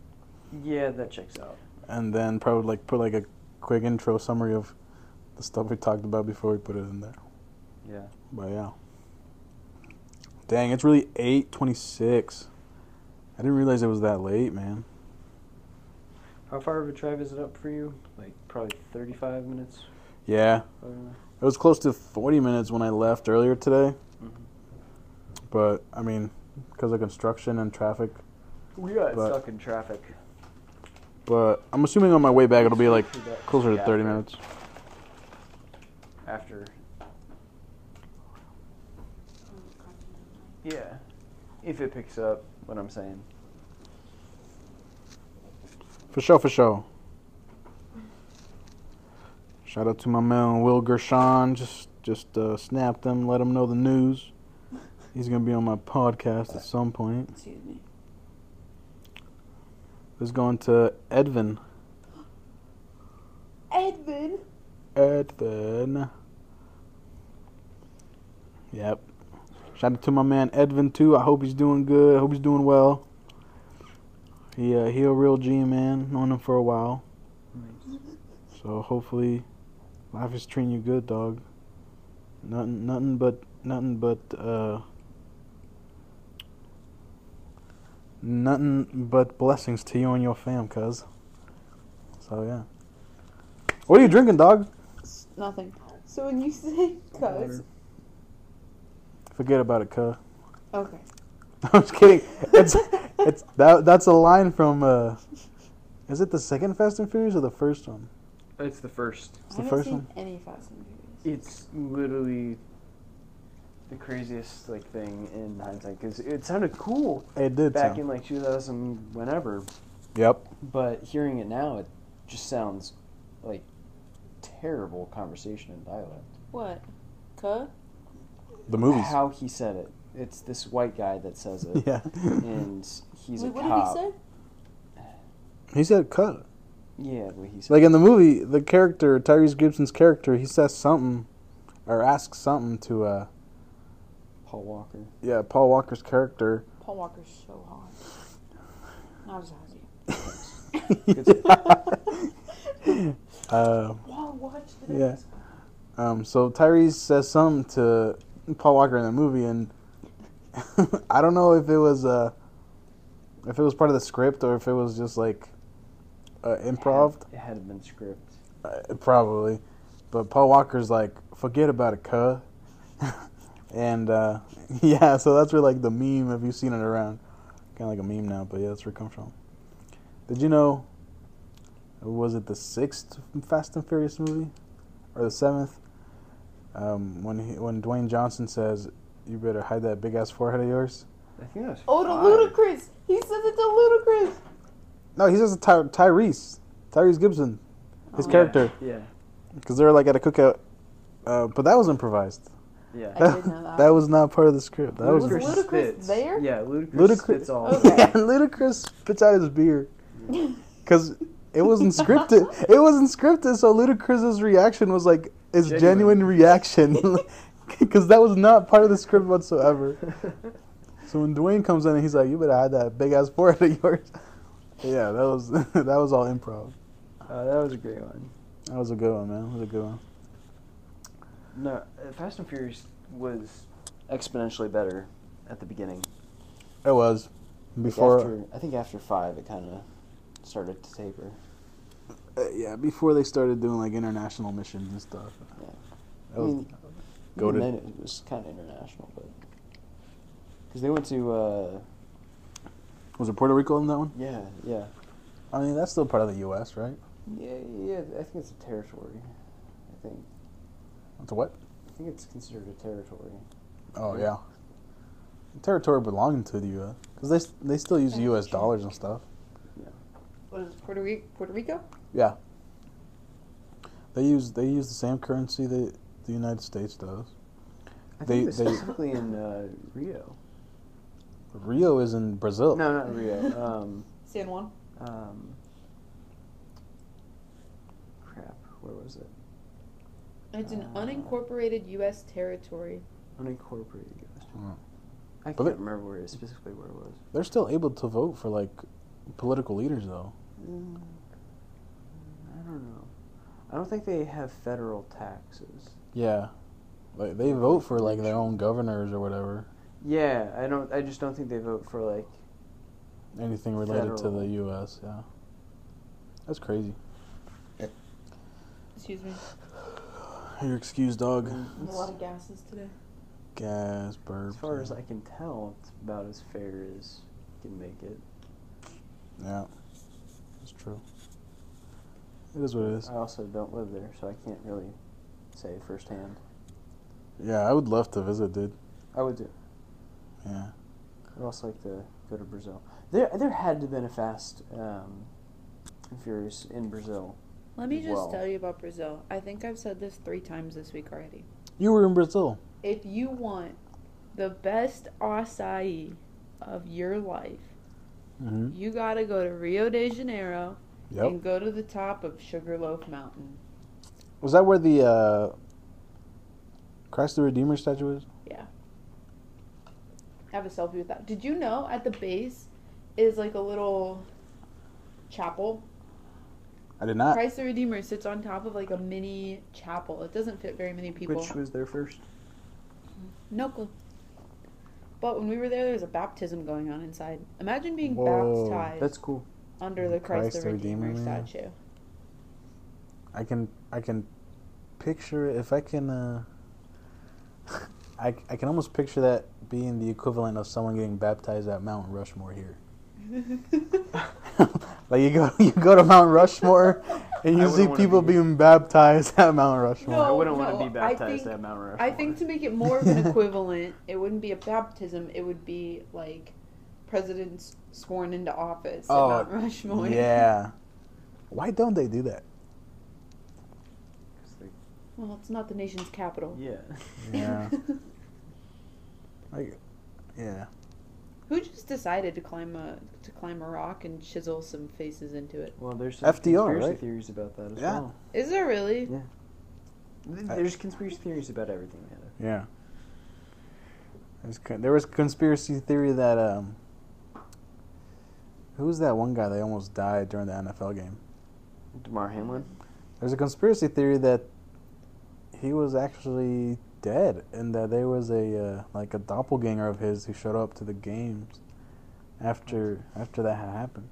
Speaker 2: Yeah, that checks out.
Speaker 1: and then probably like put like a quick intro summary of the stuff we talked about before we put it in there.
Speaker 2: Yeah.
Speaker 1: But yeah. Dang, it's really 8:26. I didn't realize it was that late, man.
Speaker 2: How far of a drive is it up for you? Like probably 35 minutes.
Speaker 1: Yeah,
Speaker 2: I don't know.
Speaker 1: it was close to 40 minutes when I left earlier today. But I mean, because of construction and traffic.
Speaker 2: We got
Speaker 1: But-
Speaker 2: stuck in traffic.
Speaker 1: But I'm assuming on my way back it'll be like
Speaker 2: Should that-
Speaker 1: closer to
Speaker 2: yeah,
Speaker 1: 30
Speaker 2: after-
Speaker 1: minutes.
Speaker 2: After. Yeah. If it picks up what I'm saying.
Speaker 1: For sure, for sure. Shout out to my man Will Gershon. Just just uh, snapped him, let him know the news. He's gonna be on my podcast at some point.
Speaker 4: Excuse me.
Speaker 1: is going to Edvin.
Speaker 3: Edmund.
Speaker 1: Edvin. Yep. Shout out to my man Edvin too. I hope he's doing good. I hope he's doing well. He uh, he a real G man. Known him for a while. So hopefully, life is treating you good, dog. Nothing nothing but nothing but uh. Nothing but blessings to you and your fam, cuz. So yeah. What are you drinking, dog?
Speaker 3: Nothing. So when you say cuz,
Speaker 1: Forget about it, cuz.
Speaker 3: okay.
Speaker 1: I'm just kidding. It's it's that that's a line from uh is it the second Fast and Furious or the first one?
Speaker 2: It's the first.
Speaker 1: It's
Speaker 3: I
Speaker 1: the
Speaker 3: haven't
Speaker 1: first
Speaker 3: seen
Speaker 1: one.
Speaker 3: any Fast and Furious.
Speaker 2: It's literally the craziest like thing in hindsight because it sounded cool
Speaker 1: It did.
Speaker 2: back
Speaker 1: sound-
Speaker 2: in like 2000 whenever,
Speaker 1: Yep.
Speaker 2: but hearing it now, it just sounds like terrible conversation and dialect.
Speaker 3: What? Cuh?
Speaker 1: The movies.
Speaker 2: How he said it. It's this white guy that says it,
Speaker 1: Yeah.
Speaker 2: and he's
Speaker 3: Wait,
Speaker 2: a
Speaker 3: what
Speaker 2: cop.
Speaker 3: did he say?
Speaker 1: He said cut.
Speaker 2: Yeah, what he said.
Speaker 1: Like in the movie, the character, Tyrese Gibson's character, he says something or asks something to uh
Speaker 2: Paul Walker.
Speaker 1: yeah, Paul Walker's character.
Speaker 3: Paul Walker's so hot. Not as hot as you.
Speaker 1: uh,
Speaker 3: Wow, watch this.
Speaker 1: Yeah. Um, so Tyrese says something to Paul Walker in the movie, and I don't know if it was uh, if it was part of the script or if it was just like uh, improv.
Speaker 2: It had been script.
Speaker 1: Uh, probably, but Paul Walker's like, "Forget about it, cuh." and uh, yeah, so that's where like the meme. If you've seen it around, kind of like a meme now, but yeah, that's where it comes from. Did you know? Was it the sixth Fast and Furious movie, or the seventh? Um, when he, when Dwayne Johnson says, "You better hide that big ass forehead of yours."
Speaker 2: I think that was.
Speaker 3: Oh, to
Speaker 2: five.
Speaker 3: Ludacris! He says it to Ludacris!
Speaker 1: No, he says to Ty- Tyrese, Tyrese Gibson, his character,
Speaker 2: Oh, Yeah,
Speaker 1: because they're like at a cookout. Uh, but that was improvised.
Speaker 2: yeah.
Speaker 3: I did know that.
Speaker 1: was not part of the script. That was
Speaker 3: Ludacris Ludacris spits. there?
Speaker 2: Yeah, Ludacris,
Speaker 1: Ludacris-
Speaker 2: spits all.
Speaker 3: Okay.
Speaker 1: yeah, Ludacris spits out his beer because it wasn't scripted. It wasn't scripted, so Ludacris's reaction was like his genuine,
Speaker 2: Genuine.
Speaker 1: reaction because that was not part of the script whatsoever. So when Dwayne comes in and he's like, "You better hide that big ass forehead of yours," yeah, that was that was all improv.
Speaker 2: Uh, that was a great one.
Speaker 1: That was a good one, man. That was a good one.
Speaker 2: No, uh, Fast and Furious was exponentially better at the beginning.
Speaker 1: It was before.
Speaker 2: after, I think after five, it kind of started to taper.
Speaker 1: Uh, yeah, before they started doing like international missions and stuff.
Speaker 2: Yeah.
Speaker 1: That was-
Speaker 2: I mean,
Speaker 1: Go
Speaker 2: even
Speaker 1: to-
Speaker 2: then it was kind of international, but because they went to uh,
Speaker 1: was it Puerto Rico in that one?
Speaker 2: yeah, yeah,
Speaker 1: I mean, that's still part of the U.S., right?
Speaker 2: yeah, yeah. I think it's a territory. I think
Speaker 1: To what?
Speaker 2: I think it's considered a territory.
Speaker 1: Oh yeah, territory belonging to the U.S. because they s- they still use U.S. dollars and stuff.
Speaker 3: What is it, Puerto, Ri- Puerto Rico?
Speaker 1: Yeah, they use they use the same currency that the United States does. They-
Speaker 2: I think it was
Speaker 1: they-
Speaker 2: specifically in uh, Rio.
Speaker 1: Rio is in Brazil.
Speaker 2: No, not Rio. Um,
Speaker 3: San Juan?
Speaker 2: um, crap. Where was it?
Speaker 3: It's an
Speaker 2: Uh,
Speaker 3: unincorporated U.S. territory.
Speaker 2: Unincorporated. US.
Speaker 1: Mm.
Speaker 2: I
Speaker 1: But
Speaker 2: can't
Speaker 1: it-
Speaker 2: remember where it, specifically where it was.
Speaker 1: They're still able to vote for like political leaders though.
Speaker 2: Mm, I don't know. I don't think they have federal taxes.
Speaker 1: Yeah, like they vote for like their own governors or whatever.
Speaker 2: Yeah, I don't. I just don't think they vote for like.
Speaker 1: Anything related to
Speaker 2: Federal.
Speaker 1: the U.S. Yeah, that's crazy.
Speaker 3: Excuse me.
Speaker 1: You're excused, dog.
Speaker 3: A lot of gases today.
Speaker 1: Gas, burps.
Speaker 2: As far as
Speaker 1: yeah.
Speaker 2: I can tell, it's about as fair as you can make it.
Speaker 1: Yeah, that's true. It is what it is.
Speaker 2: I also don't live there, so I can't really say firsthand.
Speaker 1: Yeah, I would love to visit, dude.
Speaker 2: I would do.
Speaker 1: Yeah.
Speaker 2: I'd also like to go to Brazil. There, there had to have been a Fast um, and Furious in Brazil.
Speaker 3: Let me just
Speaker 2: Well.
Speaker 3: tell you about Brazil. I think I've said this three times this week already.
Speaker 1: You were in Brazil.
Speaker 3: If you want the best acai of your life,
Speaker 1: Mhm.
Speaker 4: you gotta go to Rio de Janeiro
Speaker 1: Yep.
Speaker 4: and go to the top of Sugarloaf Mountain.
Speaker 1: Was that where the uh, Christ the Redeemer statue is?
Speaker 4: have a selfie with that. Did you know at the base is like a little chapel?
Speaker 1: I did not.
Speaker 4: Christ the Redeemer sits on top of like a mini chapel. It doesn't fit very many people.
Speaker 2: Which was there first?
Speaker 4: No clue. But when we were there, there was a baptism going on inside. Imagine being
Speaker 1: Whoa.
Speaker 4: baptized
Speaker 2: That's cool.
Speaker 4: under the Christ, the Redeemer,
Speaker 1: man.
Speaker 4: statue.
Speaker 1: I can I can picture it if I can. Uh, I I can almost picture that being the equivalent of someone getting baptized at Mount Rushmore here. like you go you go to Mount Rushmore and
Speaker 8: I
Speaker 1: you
Speaker 8: wouldn't
Speaker 1: see
Speaker 8: wanna
Speaker 1: people
Speaker 8: be-
Speaker 1: being baptized at Mount Rushmore.
Speaker 8: I
Speaker 4: No,
Speaker 8: wouldn't want
Speaker 4: no,
Speaker 8: to be
Speaker 4: I
Speaker 8: baptized
Speaker 4: think-
Speaker 8: at Mount Rushmore.
Speaker 4: I think to make it more of an equivalent, it wouldn't be a baptism. It would be like presidents sworn into office
Speaker 1: Oh,
Speaker 4: at Mount Rushmore.
Speaker 1: Yeah. Why don't they do that?
Speaker 4: Well, it's not the nation's capital.
Speaker 8: Yeah.
Speaker 1: Yeah. Like, yeah.
Speaker 4: Who just decided to climb a to climb a rock and chisel some faces into it?
Speaker 2: Well, there's some
Speaker 1: FDR,
Speaker 2: conspiracy
Speaker 1: right?
Speaker 2: theories about that as
Speaker 1: Yeah.
Speaker 2: well.
Speaker 4: Is there really?
Speaker 2: Th-
Speaker 1: I-
Speaker 2: There's conspiracy theories about everything. Heather.
Speaker 1: Yeah. There's con- There was conspiracy theory that um. Who was that one guy that almost died during the NFL game?
Speaker 8: Damar Hamlin.
Speaker 1: There's a conspiracy theory that he was actually dead, and that there was a uh, like a doppelganger of his who showed up to the games after after that had happened.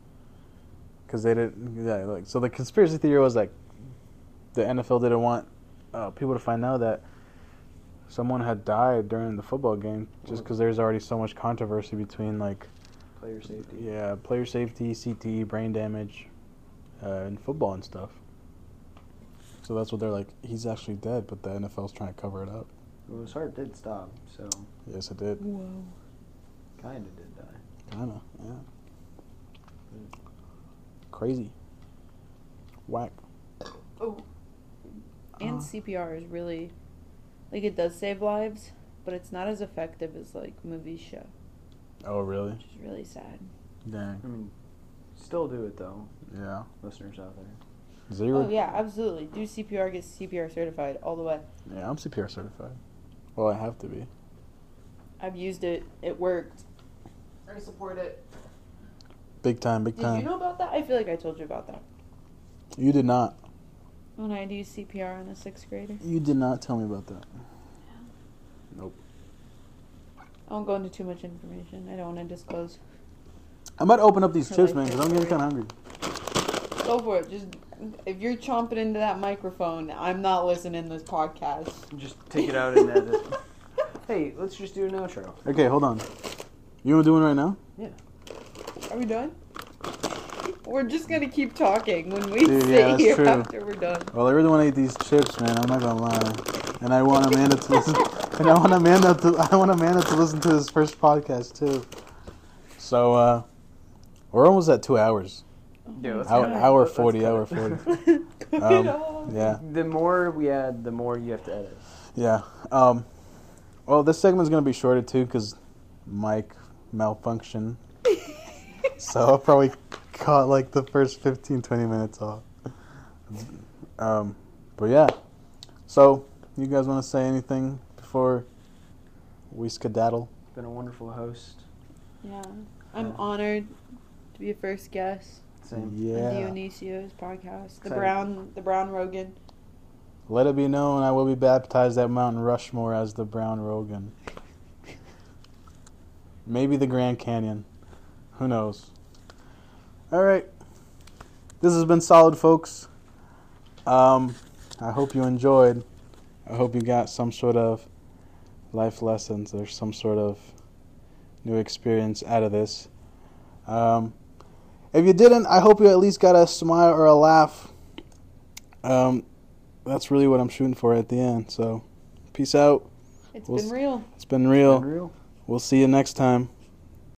Speaker 1: Because they didn't, yeah, like so. The conspiracy theory was like the NFL didn't want uh, people to find out that someone had died during the football game, just because there's already so much controversy between like
Speaker 2: Player safety.
Speaker 1: yeah, player safety, CTE, brain damage, uh, and football and stuff. So that's what they're like. He's actually dead, but the NFL's trying to cover it up.
Speaker 2: Well, his heart did stop, so
Speaker 1: Yes, it did.
Speaker 4: Whoa.
Speaker 2: kind of did die.
Speaker 1: Kind of, yeah. Crazy. Whack. Uh-huh.
Speaker 4: Oh. And CPR is really like it does save lives, but it's not as effective as like movies show,
Speaker 1: Oh, really?
Speaker 4: which is really sad.
Speaker 1: Dang.
Speaker 2: I mean, still do it though,
Speaker 1: Yeah.
Speaker 2: listeners out there.
Speaker 1: Zero.
Speaker 4: Oh yeah, absolutely. Do CPR get CPR certified all the way?
Speaker 1: Yeah, I'm CPR certified. Well, I have to be.
Speaker 4: I've used it. It worked. I support it.
Speaker 1: Big time, big
Speaker 4: Did
Speaker 1: time.
Speaker 4: you know about that? I feel like I told you about that
Speaker 1: You did not.
Speaker 4: when I had to use CPR on a sixth grader.
Speaker 1: You did not tell me about that.
Speaker 4: I won't go into too much information. I don't want to disclose.
Speaker 1: I might open up these
Speaker 4: I
Speaker 1: chips,
Speaker 4: like
Speaker 1: man, because
Speaker 4: that
Speaker 1: I'm getting
Speaker 4: story.
Speaker 1: kind of hungry.
Speaker 4: Go for it. Just if you're chomping into that microphone, I'm not listening to this podcast.
Speaker 2: Just take it out and edit. hey, let's just do an outro.
Speaker 1: Okay, hold on. You want to do one right now?
Speaker 4: Are we done? We're just gonna keep talking when we
Speaker 1: Dude, yeah,
Speaker 4: sit
Speaker 1: that's
Speaker 4: here
Speaker 1: true.
Speaker 4: after we're done.
Speaker 1: Well, I really want to eat these chips, man. I'm not gonna lie. And I want Amanda to listen. and I want Amanda to. I want Amanda to listen to this first podcast too. So uh, we're almost at two hours.
Speaker 8: Yeah, let's
Speaker 1: Hour,
Speaker 8: cut it.
Speaker 1: hour
Speaker 8: Let's
Speaker 1: forty.
Speaker 8: cut
Speaker 1: Hour
Speaker 8: it.
Speaker 1: forty.
Speaker 4: Cut
Speaker 1: Um,
Speaker 4: it off.
Speaker 1: Yeah.
Speaker 8: The more we add, the more you have to edit.
Speaker 1: Yeah. Um, well, this segment's gonna be shorter too, cause mic malfunction. so I'll probably cut like the first 15, 20 minutes off. Um, but yeah. So you guys want to say anything before we skedaddle?
Speaker 2: Been a wonderful host.
Speaker 4: Yeah, I'm honored to be a first guest
Speaker 2: Same.
Speaker 4: on
Speaker 1: Yeah.
Speaker 4: Dionysio's podcast. The
Speaker 2: Excited.
Speaker 4: Brown, the Brown Rogan.
Speaker 1: Let it be known, I will be baptized at Mount Rushmore as the Brown Rogan. Maybe the Grand Canyon. Who knows? All right. This has been solid, folks. Um, I hope you enjoyed. I hope you got some sort of life lessons or some sort of new experience out of this. Um, if you didn't, I hope you at least got a smile or a laugh. Um, that's really what I'm shooting for at the end. So, peace out.
Speaker 4: It's
Speaker 1: We'll
Speaker 4: been
Speaker 1: s-
Speaker 4: real.
Speaker 1: It's been real.
Speaker 2: Unreal.
Speaker 1: We'll see you next time.